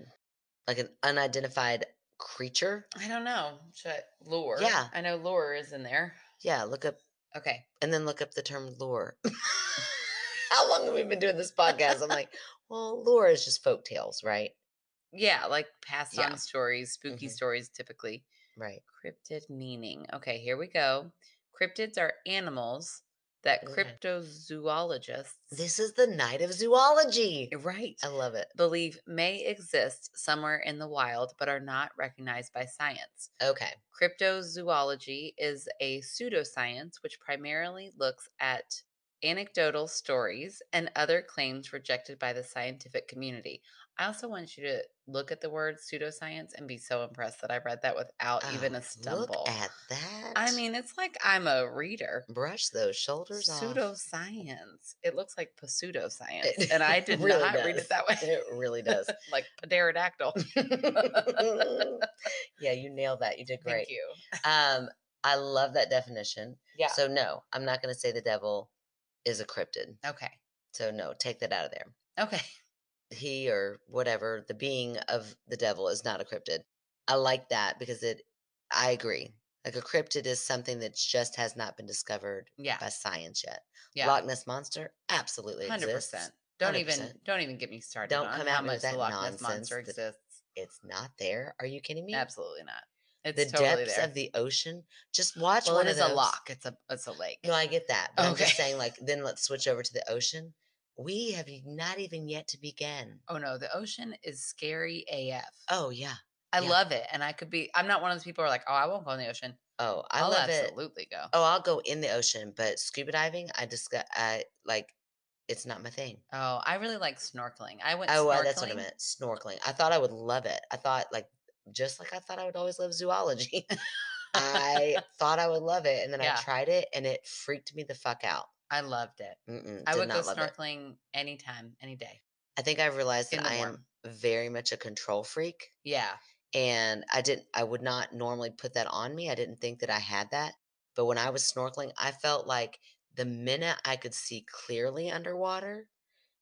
S3: Like an unidentified creature?
S2: I don't know. Should I, lure?
S3: Yeah.
S2: I know lure is in there.
S3: Yeah, look up
S2: Okay.
S3: and then look up the term lore. How long have we been doing this podcast? I'm like, well, lore is just folk tales, right?
S2: Yeah, like passed
S3: Yeah.
S2: on stories, spooky
S3: Mhm.
S2: stories typically.
S3: Right.
S2: Cryptid meaning. Okay, here we go. Cryptids are animals that
S3: Okay.
S2: cryptozoologists eh,
S3: This is the night of zoology.
S2: right
S3: I love it.
S2: believe may exist somewhere in the wild but are not recognized by science.
S3: Okay.
S2: Cryptozoology is a pseudoscience which primarily looks at anecdotal stories and other claims rejected by the scientific community. I also want you to look at the word pseudoscience and be so impressed that I read that without even
S3: Oh,
S2: a stumble.
S3: Look at that.
S2: I mean, it's like I'm a reader.
S3: brush those shoulders off.
S2: Pseudoscience. It looks like pseudoscience. And I did
S3: really
S2: not read
S3: does.
S2: it that way.
S3: It really does.
S2: like pterodactyl.
S3: yeah, you nailed that. You did great.
S2: Thank you.
S3: Um, I love that definition.
S2: Yeah.
S3: So no, I'm not going to say the devil is a cryptid.
S2: okay.
S3: So no, take that out of there.
S2: Okay.
S3: He or whatever the being of the devil is not a cryptid. I like that because it. I agree. Like a cryptid is something that just has not been discovered
S2: Yeah.
S3: by science yet.
S2: Yeah.
S3: Loch Ness monster absolutely
S2: Hundred
S3: exists.
S2: percent. Don't even
S3: 100%.
S2: don't even get me started.
S3: Don't
S2: on
S3: come
S2: how
S3: at me with
S2: much the
S3: that
S2: Loch Ness monster
S3: nonsense that-
S2: exists.
S3: It's not there. Are you kidding me?
S2: Absolutely not. It's
S3: The
S2: totally
S3: depths
S2: there.
S3: of the ocean. Just watch
S2: well,
S3: one
S2: it
S3: of
S2: is a
S3: those.
S2: lock. It's a it's a lake.
S3: No, I get that. But I'm just
S2: Okay.
S3: saying, like, then let's switch over to the ocean. We have y- not even yet to begin.
S2: oh no, the ocean is scary AF.
S3: Oh yeah.
S2: I
S3: yeah.
S2: love it, and I could be. I'm not one of those people who are like, oh, I won't go in the ocean.
S3: Oh, I
S2: I'll
S3: love it.
S2: absolutely go.
S3: Oh, I'll go in the ocean, but scuba diving, I discuss. I like, it's not my thing.
S2: Oh, I really like snorkeling. I went.
S3: Oh,
S2: snorkeling.
S3: well, that's what I meant. Snorkeling. I thought I would love it. I thought like, just like I thought I would always love zoology. I thought I would love it, and then
S2: Yeah.
S3: I tried it, and it freaked me the fuck out.
S2: I loved it.
S3: Mm-mm,
S2: I
S3: did
S2: would go
S3: not love it.
S2: snorkeling anytime, any day.
S3: I think I've realized
S2: In
S3: that
S2: the
S3: I am
S2: warm.
S3: very much a control freak.
S2: Yeah.
S3: and I didn't I would not normally put that on me. I didn't think that I had that. But when I was snorkeling, I felt like the minute I could see clearly underwater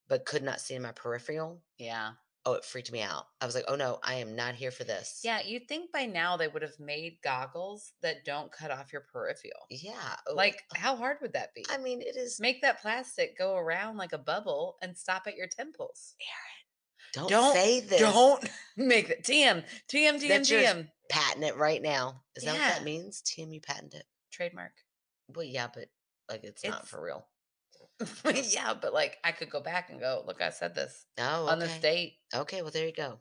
S3: but could not see in my peripheral,
S2: Yeah.
S3: oh it freaked me out. I was like, "Oh no, I am not here for this."
S2: Yeah. You'd think by now they would have made goggles that don't cut off your peripheral.
S3: Yeah. oh,
S2: Like, how hard would that be?
S3: I mean, it is
S2: Make that plastic go around like a bubble and stop at your temples.
S3: don't,
S2: don't-
S3: say this.
S2: Don't make that. TM, TM, TM,
S3: That's yours.
S2: TM.
S3: patent it right now. Is that what
S2: Yeah.
S3: that means? Tim, you patent it.
S2: Trademark.
S3: Well, yeah, but like it's, not
S2: It's-
S3: for real.
S2: yeah, but like I could go back and go, look, I said this
S3: Oh,
S2: on this
S3: okay.
S2: date.
S3: Okay, well there you go.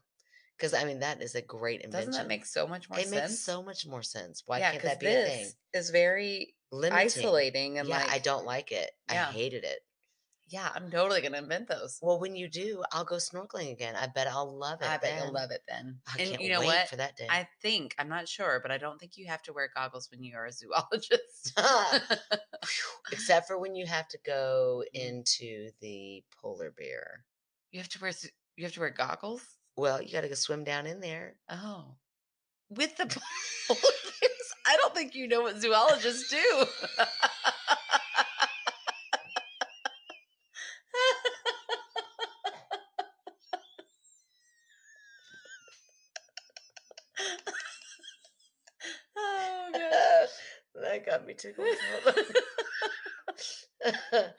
S3: Cuz I mean that is a great invention.
S2: Doesn't that make so much more
S3: it
S2: sense?
S3: makes so much more sense. Why
S2: yeah,
S3: can't
S2: 'cause
S3: that be a
S2: this
S3: thing?
S2: is very
S3: Limiting.
S2: isolating and
S3: yeah,
S2: like
S3: I don't like it.
S2: Yeah.
S3: I hated it.
S2: Yeah, I'm totally gonna invent those.
S3: Well, when you do, I'll go snorkeling again. I bet I'll love it.
S2: I bet you'll
S3: then.
S2: love it then.
S3: I
S2: and
S3: can't
S2: you know
S3: wait
S2: what?
S3: for that day.
S2: I think I'm not sure, but I don't think you have to wear goggles when you are a zoologist.
S3: Except for when you have to go
S2: Mm.
S3: into the polar bear.
S2: you have to wear s- you have to wear goggles.
S3: Well, you got to go swim down in there.
S2: Oh, with the polar bears. I don't think you know what zoologists do. oh gosh.
S3: that got me tickled.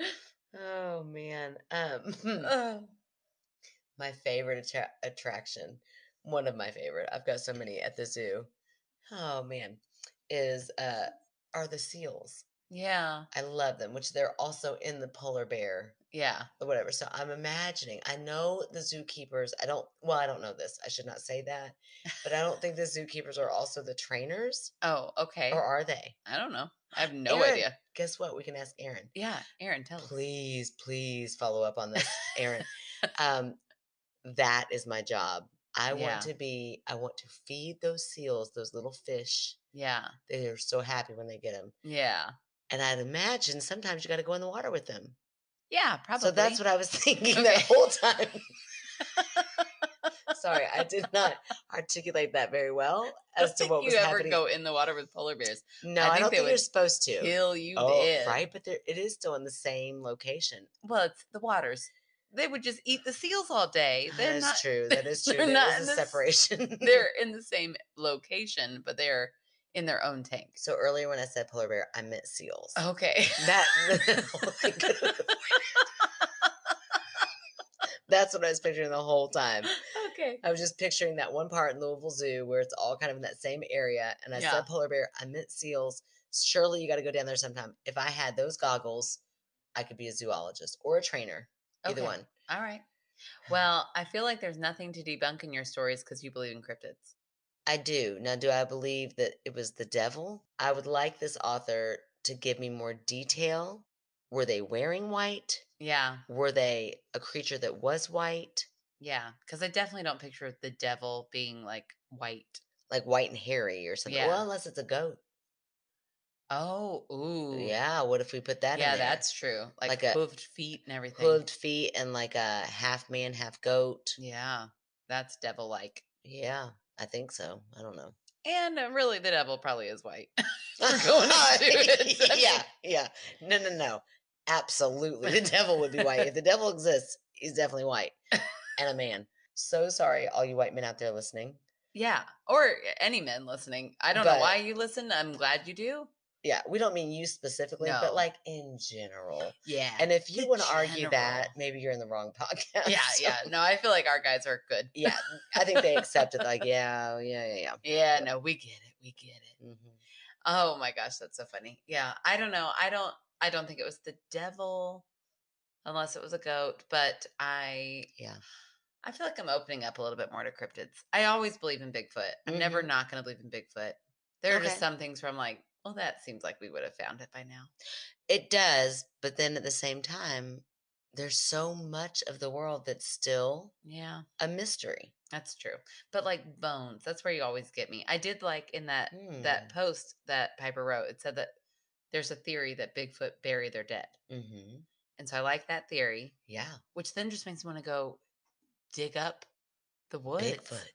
S3: oh man. Um.
S2: Oh.
S3: my favorite attra- attraction, one of my favorite. I've got so many at the zoo. Oh man, is uh are the seals.
S2: yeah,
S3: I love them, which they're also in the polar bear
S2: yeah.
S3: or whatever. So I'm imagining. I know the zookeepers. I don't. Well, I don't know this. I should not say that, but I don't think the zookeepers are also the trainers,
S2: Oh, okay.
S3: or are they?
S2: I don't know. I have no
S3: Aaron,
S2: idea.
S3: Guess what? We can ask Aaron.
S2: Yeah, Aaron, tell us.
S3: Please, please follow up on this, Aaron. um, that is my job. I
S2: Yeah.
S3: want to be, I want to feed those seals, those little fish.
S2: Yeah,
S3: They are so happy when they get them.
S2: yeah,
S3: And I'd imagine sometimes you got to go in the water with them.
S2: yeah. Probably.
S3: So that's what I was thinking that
S2: Okay.
S3: whole time. Sorry, I did not articulate that very well
S2: I don't
S3: as to
S2: think
S3: what was
S2: you ever
S3: happening.
S2: go in the water with polar bears.
S3: no,
S2: I
S3: I,
S2: think
S3: don't
S2: they
S3: think you're
S2: would
S3: supposed to.
S2: Kill you
S3: oh,
S2: did.
S3: right, but there, it is still in the same location.
S2: Well, it's the waters. They would just eat the seals all day. They're
S3: That is
S2: not.
S3: true. That is true.
S2: they're
S3: There is
S2: not in
S3: a
S2: the s-
S3: separation.
S2: They're in the same location, but they're in their own tank.
S3: so earlier when I said polar bear, I meant seals.
S2: Okay.
S3: That oh my goodness. That's what I was picturing the whole time.
S2: okay.
S3: I was just picturing that one part in Louisville Zoo where it's all kind of in that same area. And I
S2: Yeah.
S3: said polar bear, I meant seals. Surely you got to go down there sometime. If I had those goggles, I could be a zoologist or a trainer, either
S2: Okay.
S3: one.
S2: All right. Well, I feel like there's nothing to debunk in your stories because you believe in cryptids.
S3: I do. Now, do I believe that it was the devil? I would like this author to give me more detail. Were they wearing white?
S2: Yeah.
S3: Were they a creature that was white?
S2: Yeah. Because I definitely don't picture the devil being like white.
S3: Like white and hairy or something?
S2: Yeah.
S3: Well, unless it's a goat.
S2: Oh, ooh.
S3: Yeah. What if we put that
S2: Yeah,
S3: in there?
S2: that's true. Like,
S3: Like a-
S2: hooved feet and everything.
S3: hooved feet and like a half man, half goat.
S2: Yeah. That's devil like.
S3: Yeah, I think so. I don't know.
S2: And uh, really, the devil probably is white. We're going into it, I mean-
S3: yeah, yeah. No, no, no. Absolutely. The devil would be white. If the devil exists, he's definitely white and a man. So sorry, all you white men out there listening.
S2: yeah. Or eh, any men listening. I don't
S3: But-
S2: know why you listen. I'm glad you do.
S3: Yeah, we don't mean you specifically,
S2: No.
S3: but like in general.
S2: Yeah.
S3: And if you
S2: the
S3: want to argue that,
S2: general.
S3: maybe you're in the wrong podcast.
S2: yeah, yeah. No, I feel like our guys are good.
S3: Yeah, I think they accept it. Like, yeah, oh, yeah, yeah, yeah.
S2: Yeah, no, we get it. We get it.
S3: Mhm.
S2: Oh my gosh, that's so funny. Yeah, I don't know. I don't I don't think it was the devil unless it was a goat, but I
S3: Yeah.
S2: I feel like I'm opening up a little bit more to cryptids. I always believe in Bigfoot. I'm never not going to believe in Bigfoot. There are
S3: Mm-hmm. Okay.
S2: just some things where I'm like, well, that seems like we would have found it by now.
S3: It does, but then at the same time, there's so much of the world that's still
S2: Yeah,
S3: a mystery.
S2: that's true. But like bones, that's where you always get me. I did like in that that
S3: Mm.
S2: post that Piper wrote. It said that there's a theory that Bigfoot bury their dead,
S3: hmm
S2: and so I like that theory.
S3: Yeah,
S2: which then just makes me want to go dig up the woods.
S3: Bigfoot.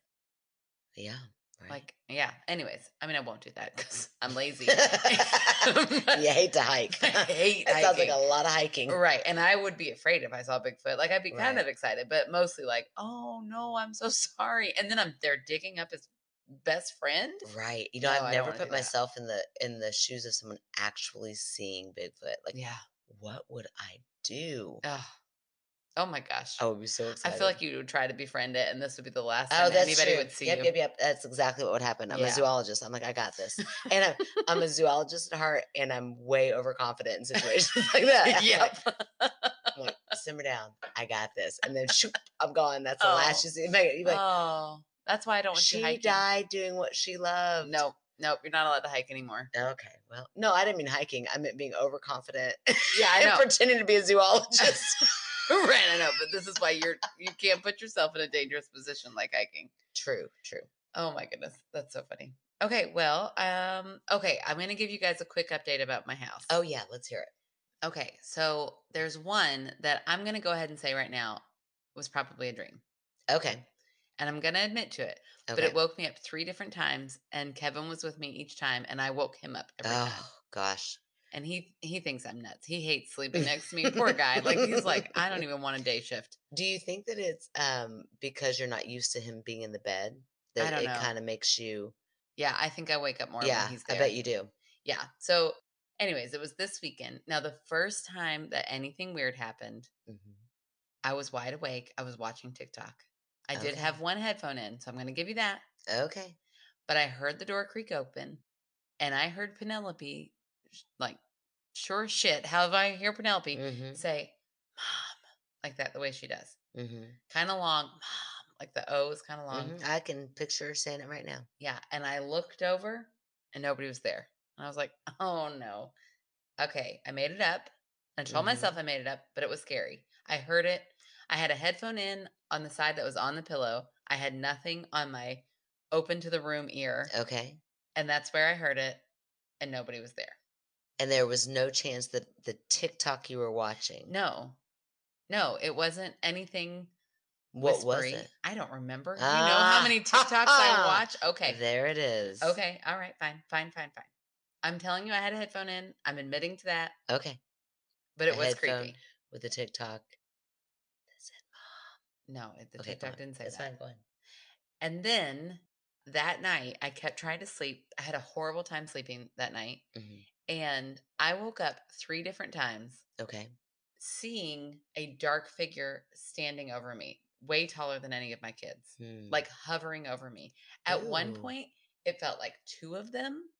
S3: Yeah, right.
S2: Like, yeah. Anyways, I mean, I won't do that because I'm lazy.
S3: you hate to hike.
S2: I hate
S3: That sounds like a
S2: hiking.
S3: lot of hiking.
S2: Right. And I would be afraid if I saw Bigfoot. Like, I'd be kind
S3: Right.
S2: of excited, but mostly like, oh no, I'm so sorry. And then I'm there digging up his best friend.
S3: Right. You know,
S2: No, I
S3: I've
S2: don't
S3: never
S2: wanna
S3: put
S2: do that.
S3: myself in the in the shoes of someone actually seeing Bigfoot. Like,
S2: Yeah.
S3: what would I do?
S2: Oh, oh my gosh.
S3: I would be so
S2: I
S3: excited.
S2: feel like you would try to befriend it, and this would be the last
S3: Oh,
S2: time
S3: that's
S2: anybody
S3: true.
S2: would see
S3: yep,
S2: you.
S3: Yep, yep, That's exactly what would happen. I'm
S2: Yeah.
S3: a zoologist. I'm like, I got this. And I'm, I'm a zoologist at heart, and I'm way overconfident in situations like that.
S2: yep.
S3: I'm like, simmer down. I got this. And then shoop, I'm gone. That's the last
S2: Oh.
S3: you see. Megan, You're like,
S2: oh, that's why I don't want you
S3: she
S2: hiking.
S3: died doing what she loved.
S2: Nope, nope. You're not allowed to hike anymore.
S3: Okay. Well, no, I didn't mean hiking. I meant being overconfident.
S2: Yeah, I
S3: and
S2: know.
S3: pretending to be a zoologist.
S2: right, I know. But this is why you're you can't put yourself in a dangerous position like hiking.
S3: true, true.
S2: Oh my goodness, that's so funny. Okay, well, um, okay, I'm gonna give you guys a quick update about my house.
S3: Oh, yeah. Let's hear it.
S2: okay. So there's one that I'm gonna go ahead and say right now was probably a dream,
S3: Okay. okay.
S2: and I'm gonna admit to it. But it woke me up three different times, and Kevin was with me each time, and I woke him up every time.
S3: oh, gosh.
S2: and he he thinks I'm nuts. He hates sleeping next to me. Poor guy. Like he's like, I don't even want a day shift.
S3: Do you think that it's um because you're not used to him being in the bed that
S2: don't
S3: it
S2: know.
S3: kind of makes you?
S2: Yeah, I think I wake up more
S3: yeah,
S2: when he's
S3: I
S2: there.
S3: bet you do.
S2: Yeah. So, anyways, it was this weekend. Now, the first time that anything weird happened,
S3: Mhm.
S2: I was wide awake. I was watching TikTok. I did
S3: Okay.
S2: have one headphone in, so I'm going to give you that.
S3: Okay.
S2: But I heard the door creak open, and I heard Penelope, sh- like, sure shit. How do I hear Penelope
S3: Mm-hmm.
S2: say, "Mom," like that, the way she does,
S3: Mm-hmm.
S2: kind of long, "Mom," like the O is kind of long.
S3: I can picture her saying it right now.
S2: Yeah. And I looked over and nobody was there. And I was like, oh no. Okay. I made it up. I told
S3: Mhm.
S2: myself I made it up, but it was scary. I heard it. I had a headphone in on the side that was on the pillow. I had nothing on my open to the room ear.
S3: Okay.
S2: And that's where I heard it. And nobody was there.
S3: And there was no chance that the TikTok you were watching.
S2: No. No, it wasn't anything.
S3: What was
S2: whispery.
S3: it?
S2: I don't remember. you know how
S3: Ah,
S2: many TikToks I watch? Okay.
S3: There it is.
S2: Okay. All right. Fine. Fine. Fine. Fine. I'm telling you, I had a headphone in. I'm admitting to that,
S3: Okay.
S2: but it
S3: A
S2: was
S3: headphone.
S2: creepy.
S3: With the TikTok.
S2: No, it, the
S3: Okay,
S2: TikTok
S3: fine.
S2: didn't say
S3: It's
S2: that.
S3: fine. Go ahead.
S2: And then that night, I kept trying to sleep. I had a horrible time sleeping that night.
S3: Mhm.
S2: And I woke up three different times
S3: Okay.
S2: seeing a dark figure standing over me, way taller than any of my kids,
S3: Hmm.
S2: like hovering over me. At one
S3: Ooh.
S2: point, it felt like two of them,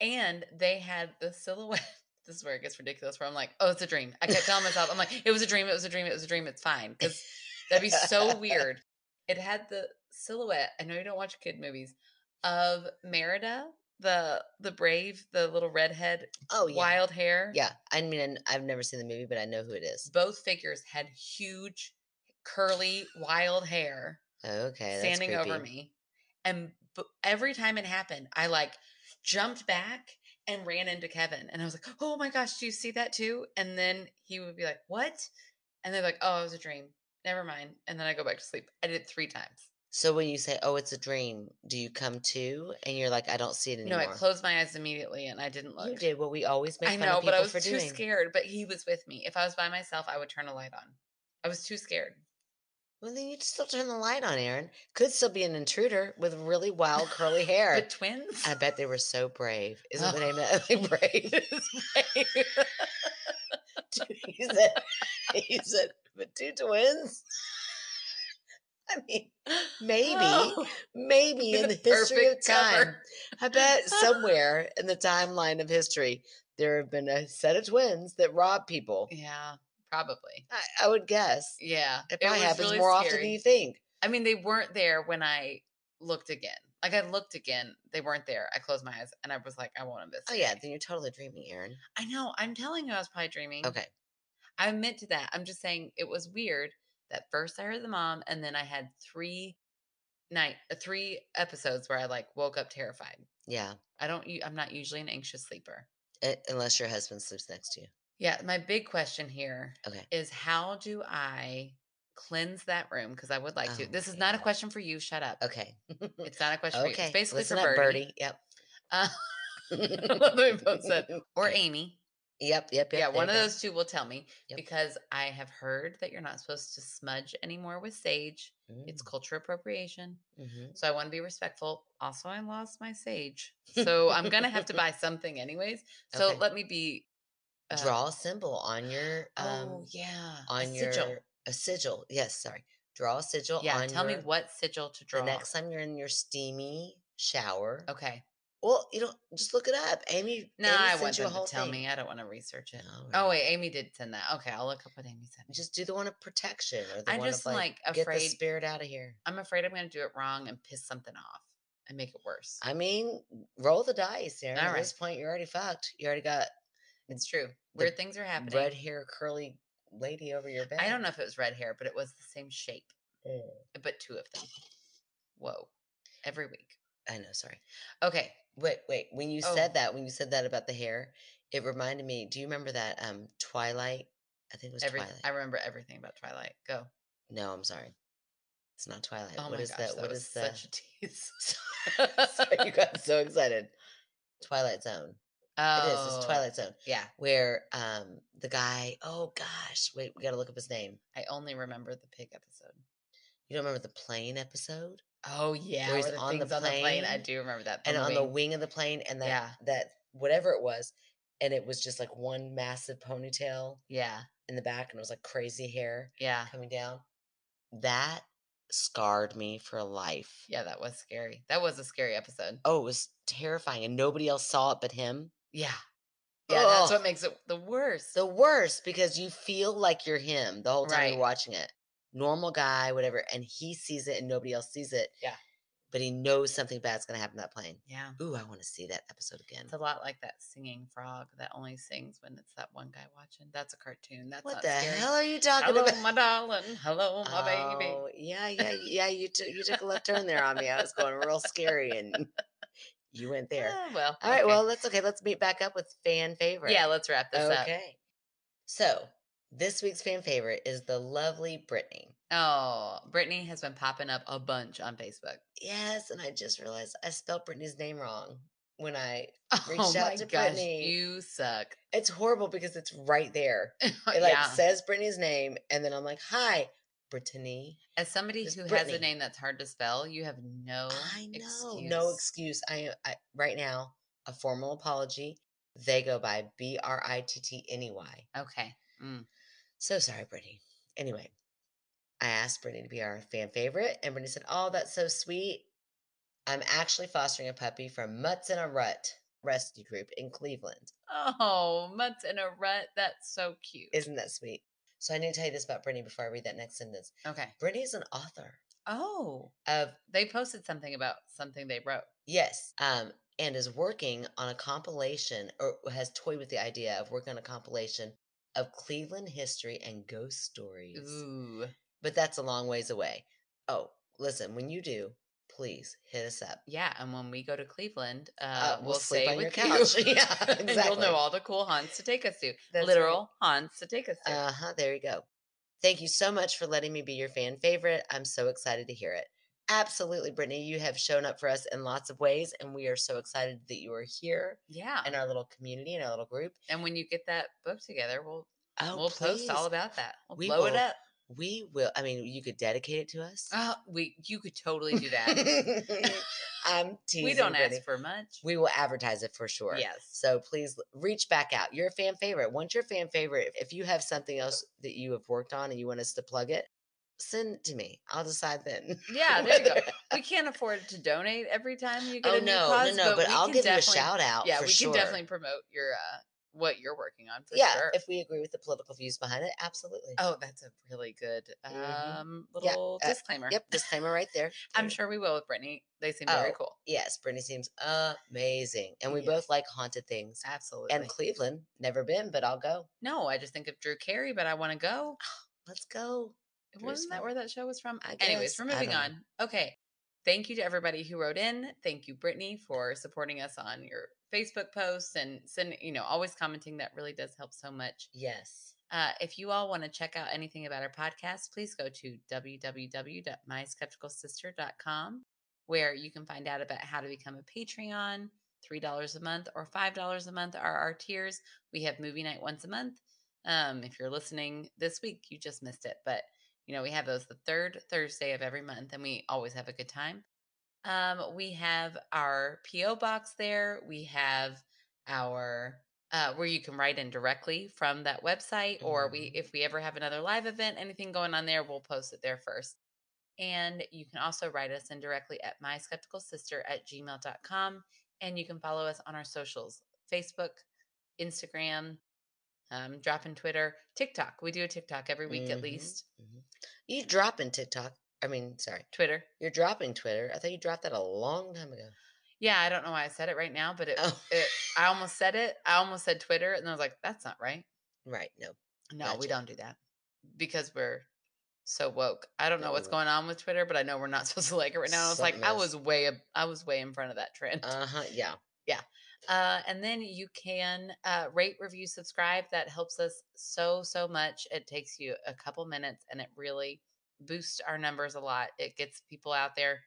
S2: and they had the silhouette this is where it gets ridiculous. Where I'm like, oh, it's a dream. I kept telling myself, I'm like, it was a dream. It was a dream. It was a dream. It's fine. Because that'd be so weird. It had the silhouette. I know you don't watch kid movies of Merida, the the brave, the little redhead,
S3: Oh yeah.
S2: wild hair.
S3: Yeah. I mean, and I've never seen the movie, but I know who it is.
S2: both figures had huge, curly, wild hair
S3: Okay. Eh, That's
S2: standing over
S3: creepy.
S2: me. And b- every time it happened, I like jumped back and ran into Kevin. And I was like, oh my gosh, do you see that too? And then he would be like, what? And they're like, oh, it was a dream. Never mind. And then I go back to sleep. I did it three times.
S3: So when you say, "Oh, it's a dream," do you come to and you're like, "I don't see it anymore"?
S2: No, I closed my eyes immediately and I didn't look.
S3: You did what we always make
S2: I
S3: fun
S2: know,
S3: of people
S2: but I was
S3: for
S2: too
S3: doing.
S2: scared. But he was with me. If I was by myself, I would turn a light on. I was too scared.
S3: Well, then you just still turn the light on, Aaron. Could still be an intruder with really wild curly hair.
S2: But twins?
S3: I bet they were so brave. Isn't the
S2: Oh.
S3: name of that brave? he said, he said, but two twins. I mean, maybe,
S2: Oh,
S3: maybe
S2: be
S3: in
S2: the
S3: the history of
S2: perfect
S3: time,
S2: cover.
S3: I bet somewhere in the timeline of history, there have been a set of twins that rob people.
S2: Yeah, probably.
S3: I, I would guess
S2: Yeah,
S3: it probably
S2: was
S3: happens
S2: really
S3: more often
S2: scary.
S3: than you think.
S2: I mean, they weren't there when I looked again. Like I looked again, they weren't there. I closed my eyes and I was like, I won't
S3: Oh
S2: investigate.
S3: yeah, then you're totally dreaming, Aaron.
S2: I know. I'm telling you, I was probably dreaming.
S3: Okay.
S2: I admit to that. I'm just saying it was weird that first I heard the mom, and then I had three night, uh, three episodes where I like woke up terrified.
S3: Yeah.
S2: I don't. u- I'm not usually an anxious sleeper.
S3: Uh, unless your husband sleeps next to you.
S2: Yeah, my big question here is
S3: Okay.
S2: how do I cleanse that room? Because I would like to.
S3: Oh,
S2: This is not a
S3: man.
S2: question for you. Shut up.
S3: Okay.
S2: It's not a question for you.
S3: okay.
S2: It's basically
S3: Listen
S2: for
S3: up,
S2: Birdie,
S3: Birdie. Yep.
S2: Uh, love that we both said, or Amy.
S3: Yep. Yep. Yep.
S2: yeah,
S3: there
S2: one
S3: you
S2: of
S3: go.
S2: those two will tell me
S3: Yep.
S2: because I have heard that you're not supposed to smudge anymore with sage. It's culture appropriation.
S3: Mm, mhm.
S2: So I want to be respectful. Also, I lost my sage. So I'm going to have to buy something anyways. So
S3: Okay.
S2: let me be. uh,
S3: Draw a symbol on your um
S2: oh, yeah. a
S3: on your
S2: sigil.
S3: a sigil. Yes, sorry. Draw a sigil
S2: Yeah,
S3: on
S2: tell
S3: your,
S2: me what sigil to draw.
S3: the next time you're in your steamy shower.
S2: Okay.
S3: Well, you don't just look it up. Amy
S2: No,
S3: Amy
S2: I
S3: sent
S2: want
S3: you a
S2: them to
S3: whole
S2: tell
S3: thing.
S2: me. I don't want to research it.
S3: All
S2: Oh
S3: right.
S2: wait, Amy did send that. Okay, I'll look up what Amy sent. me.
S3: Just do the one of protection or the
S2: I
S3: one
S2: just
S3: of
S2: am,
S3: like,
S2: like,
S3: get the
S2: afraid-
S3: spirit out of here.
S2: I'm afraid I'm going to do it wrong and piss something off and make it worse.
S3: I mean, roll the dice, Aaron.
S2: All
S3: At
S2: right.
S3: this point, you're already fucked. You already got
S2: it's true.
S3: the
S2: Weird things are happening.
S3: red hair, curly lady over your bed.
S2: I don't know if it was red hair, but it was the same shape,
S3: Mm,
S2: but two of them. Whoa. Every week.
S3: I know. Sorry.
S2: Okay.
S3: Wait, wait. When you
S2: Oh.
S3: said that, when you said that about the hair, it reminded me. Do you remember that um Twilight? I think it was
S2: Every
S3: Twilight.
S2: I remember everything about Twilight. Go.
S3: No, I'm sorry. It's not Twilight.
S2: Oh
S3: what
S2: my
S3: is
S2: gosh,
S3: that?
S2: that
S3: What
S2: was
S3: is that?
S2: such a tease.
S3: Sorry, you got so excited. Twilight Zone.
S2: oh,
S3: It is. It's Twilight Zone.
S2: Yeah,
S3: Where um the guy, oh gosh, wait, we gotta look up his name.
S2: I only remember the pig episode.
S3: You don't remember the plane episode?
S2: Oh yeah,
S3: he's
S2: where the
S3: on the
S2: things on the plane. I
S3: plane
S2: do remember that.
S3: and on the
S2: wing.
S3: wing of the plane and that
S2: Yeah.
S3: that whatever it was, and it was just like one massive ponytail
S2: yeah,
S3: in the back and it was like crazy hair
S2: yeah,
S3: coming down. That scarred me for life.
S2: yeah. That was scary. That was a scary episode.
S3: Oh, it was terrifying and nobody else saw it but him.
S2: Yeah, yeah. That's
S3: Ugh.
S2: what makes it the worst.
S3: the worst because you feel like you're him the whole time
S2: Right.
S3: you're watching it. Normal guy, whatever, and he sees it and nobody else sees it.
S2: Yeah.
S3: But he knows something bad's gonna happen to that plane.
S2: yeah,
S3: Ooh, I want to see that episode again.
S2: it's a lot like that singing frog that only sings when it's that one guy watching. That's a cartoon. That's
S3: what
S2: not
S3: the
S2: scary.
S3: hell are you talking
S2: Hello,
S3: about?
S2: my darling. Hello, my baby.
S3: Oh, yeah, yeah, yeah. You took you took a left turn there on me. I was going real scary, and you went there.
S2: Ah, well,
S3: All right,
S2: okay.
S3: well, that's okay. Let's meet back up with fan favorite.
S2: yeah. Let's wrap this up.
S3: okay. So this week's fan favorite is the lovely Brittany.
S2: Oh, Brittany has been popping up a bunch on Facebook.
S3: Yes, and I just realized I spelled Brittany's name wrong when I. Reached
S2: Oh
S3: out
S2: my
S3: to
S2: gosh,
S3: Brittany.
S2: you suck.
S3: It's horrible because it's right there. It like
S2: yeah.
S3: says Brittany's name, and then I'm like, "Hi, Brittany."
S2: As somebody
S3: It's
S2: who has
S3: Brittany.
S2: a name that's hard to spell, you have no
S3: I know,
S2: Oh, excuse.
S3: no excuse. I am I, right now a formal apology. They go by B R I T T N E Y.
S2: Okay. Mm.
S3: So sorry, Brittany. Anyway, I asked Brittany to be our fan favorite, and Brittany said, "Oh, that's so sweet. I'm actually fostering a puppy from Mutts in a Rut." rescue group in Cleveland.
S2: Oh, mutts in a rut. That's so cute.
S3: Isn't that sweet? So I need to tell you this about Brittany before I read that next sentence.
S2: okay.
S3: Brittany is an author
S2: Oh,
S3: of
S2: they posted something about something they wrote.
S3: Yes. Um, and is working on a compilation or has toyed with the idea of working on a compilation of Cleveland history and ghost stories.
S2: Ooh.
S3: But that's a long ways away. Oh, listen, when you do, please hit us up.
S2: Yeah. And when we go to Cleveland, uh,
S3: Uh,
S2: we'll, stay with you.
S3: yeah,
S2: and
S3: exactly.
S2: you'll know all the cool haunts to take us to.
S3: That's right.
S2: Literal haunts to take us to.
S3: Uh huh. There you go. Thank you so much for letting me be your fan favorite. I'm so excited to hear it. Absolutely, Brittany. You have shown up for us in lots of ways, and we are so excited that you are here
S2: yeah.
S3: in our little community, in our little group.
S2: And when you get that book together, we'll
S3: Oh,
S2: we'll post all
S3: please.
S2: about that. We'll
S3: We
S2: blow it
S3: will. Uh,
S2: up.
S3: We will. I mean, you could dedicate it to us.
S2: Oh, we you could totally do that.
S3: I'm teasing.
S2: we don't
S3: Brittany.
S2: ask for much.
S3: We will advertise it for sure.
S2: Yes.
S3: So please l- reach back out. You're a fan favorite. Once you're a fan favorite, if- if you have something else that you have worked on and you want us to plug it, send it to me. I'll decide then.
S2: Yeah, there you go.
S3: whether-
S2: We can't afford to donate every time you get
S3: oh
S2: a new
S3: no,
S2: cause,
S3: no, no! But,
S2: we
S3: I'll
S2: can
S3: give you a
S2: definitely-
S3: shout out.
S2: Yeah,
S3: Oh, for
S2: we
S3: sure.
S2: can definitely promote your uh what you're working on for
S3: yeah,
S2: sure.
S3: if we agree with the political views behind it, absolutely.
S2: oh, that's a really good um
S3: Mhm. Yeah,
S2: little
S3: uh,
S2: disclaimer.
S3: Yep, disclaimer right there.
S2: I'm
S3: There-
S2: sure we will with Brittany. They seem very
S3: Oh,
S2: cool.
S3: Yes, Brittany seems amazing, and we
S2: Yes.
S3: both like haunted things.
S2: Absolutely.
S3: and Cleveland. Never been, but I'll go.
S2: no, I just think of Drew Carey, but I want to go.
S3: Let's go. Drew's
S2: Wasn't that
S3: Oh, fun.
S2: where that show was from?
S3: I
S2: Anyways,
S3: guess.
S2: we're
S3: I
S2: moving
S3: don't
S2: on. Okay. Thank you to everybody who wrote in. Thank you, Brittany, for supporting us on your Facebook posts and send, you know, always commenting. That really does help so much.
S3: Yes.
S2: Uh, if you all want to check out anything about our podcast, please go to www.myskepticalsister.com, where you can find out about how to become a Patreon. $3 a month or $5 a month are our tiers. We have movie night once a month. Um, if you're listening this week, you just missed it. But, you know, we have those the third Thursday of every month, and we always have a good time. Um, we have our P.O. box there. We have our uh, where you can write in directly from that website, or we
S3: Mhm.
S2: if we ever have another live event, anything going on there, we'll post it there first. And you can also write us in directly at myskepticalsister at gmail.com. And you can follow us on our socials Facebook, Instagram, um, drop in Twitter, TikTok. We do a TikTok every week at
S3: Mhm.
S2: least.
S3: You dropping TikTok? I mean, sorry.
S2: Twitter.
S3: You're dropping Twitter. I thought you dropped that a long time ago.
S2: Yeah, I don't know why I said it right now, but it,
S3: Oh,
S2: it I almost said it. I almost said Twitter, and I was like, that's not right.
S3: right. No.
S2: No, we
S3: Gotcha.
S2: don't do that because we're so woke. I don't know
S3: No,
S2: what's
S3: we're-
S2: going on with Twitter, but I know we're not supposed to like it right now. and I was like,
S3: Something
S2: I
S3: is.
S2: was way, ab- I was way in front of that trend.
S3: Uh huh. Yeah.
S2: Uh, and then you can uh, rate, review, subscribe. That helps us so, so much. It takes you a couple minutes and it really boosts our numbers a lot. It gets people out there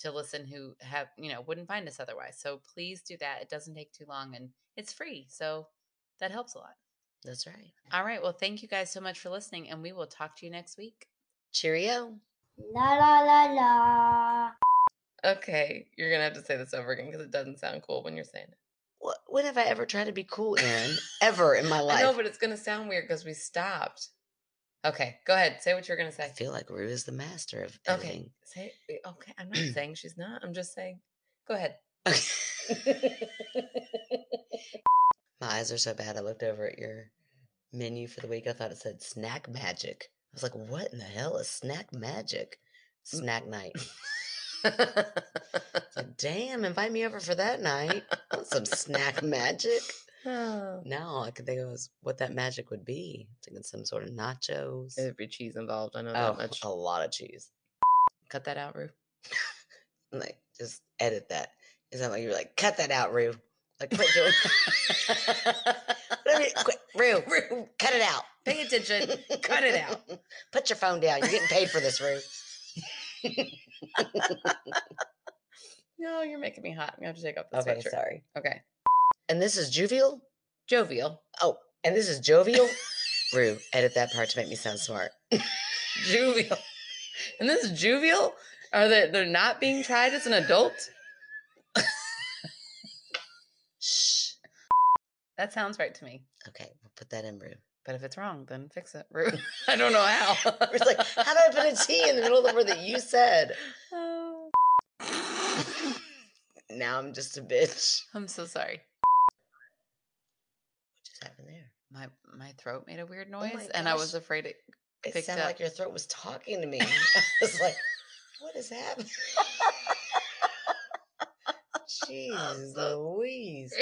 S2: to listen who have, you know, wouldn't find us otherwise. So please do that. It doesn't take too long and it's free. So that helps a lot.
S3: That's right.
S2: All right. Well, thank you guys so much for listening and we will talk to you next week.
S3: Cheerio.
S1: La la la la.
S2: Okay. You're going to have to say this over again because it doesn't sound cool when you're saying it.
S3: What, when have I ever tried to be cool, Aaron? ever in my life?
S2: I know, but it's going to sound weird because we stopped. Okay. Go ahead. Say what you're going to
S3: I
S2: say.
S3: feel like Rue is the master of
S2: Okay.
S3: editing.
S2: Say it- okay. I'm not saying she's not. I'm just saying. Go ahead.
S3: My eyes are so bad. I looked over at your menu for the week. I thought it said snack magic. I was like, what in the hell is snack magic? Snack night. Like, Damn, invite me over for that night. I want some snack magic.
S2: Oh.
S3: Now all I could think of was what that magic would be. thinking some sort of nachos.
S2: There'd be cheese involved. I know
S3: oh,
S2: that much.
S3: a lot of cheese.
S2: Cut that out, Rue.
S3: I'm like, just edit that. It's not like you're like, cut that out, Rue. Like, quit doing Let me- quit, Rue, Rue, cut it out.
S2: Pay attention. Cut it out.
S3: Put your phone down. You're getting paid for this, Rue.
S2: No, you're making me hot. I'm gonna have to take off the
S3: okay,
S2: sweatshirt.
S3: sorry.
S2: Okay.
S3: And this is Juvial?
S2: Jovial.
S3: Oh, and this is Jovial? Rue, edit that part to make me sound smart.
S2: Juvial. And this is juvial? Are they they're not being tried as an adult?
S3: Shh.
S2: That sounds right to me.
S3: Okay, we'll put that in, Rue.
S2: But if it's wrong, then fix it, Rue. I don't know how.
S3: Rue's like, how do I put a T in the middle of the word that you said?
S2: Oh.
S3: Now I'm just a bitch.
S2: I'm so sorry. my my throat made a weird noise,
S3: Oh my
S2: and I was
S3: gosh.
S2: afraid it.
S3: It
S2: picked
S3: sounded
S2: up.
S3: like your throat was talking to me. I was like, what is happening? Jeez
S2: so
S3: Louise.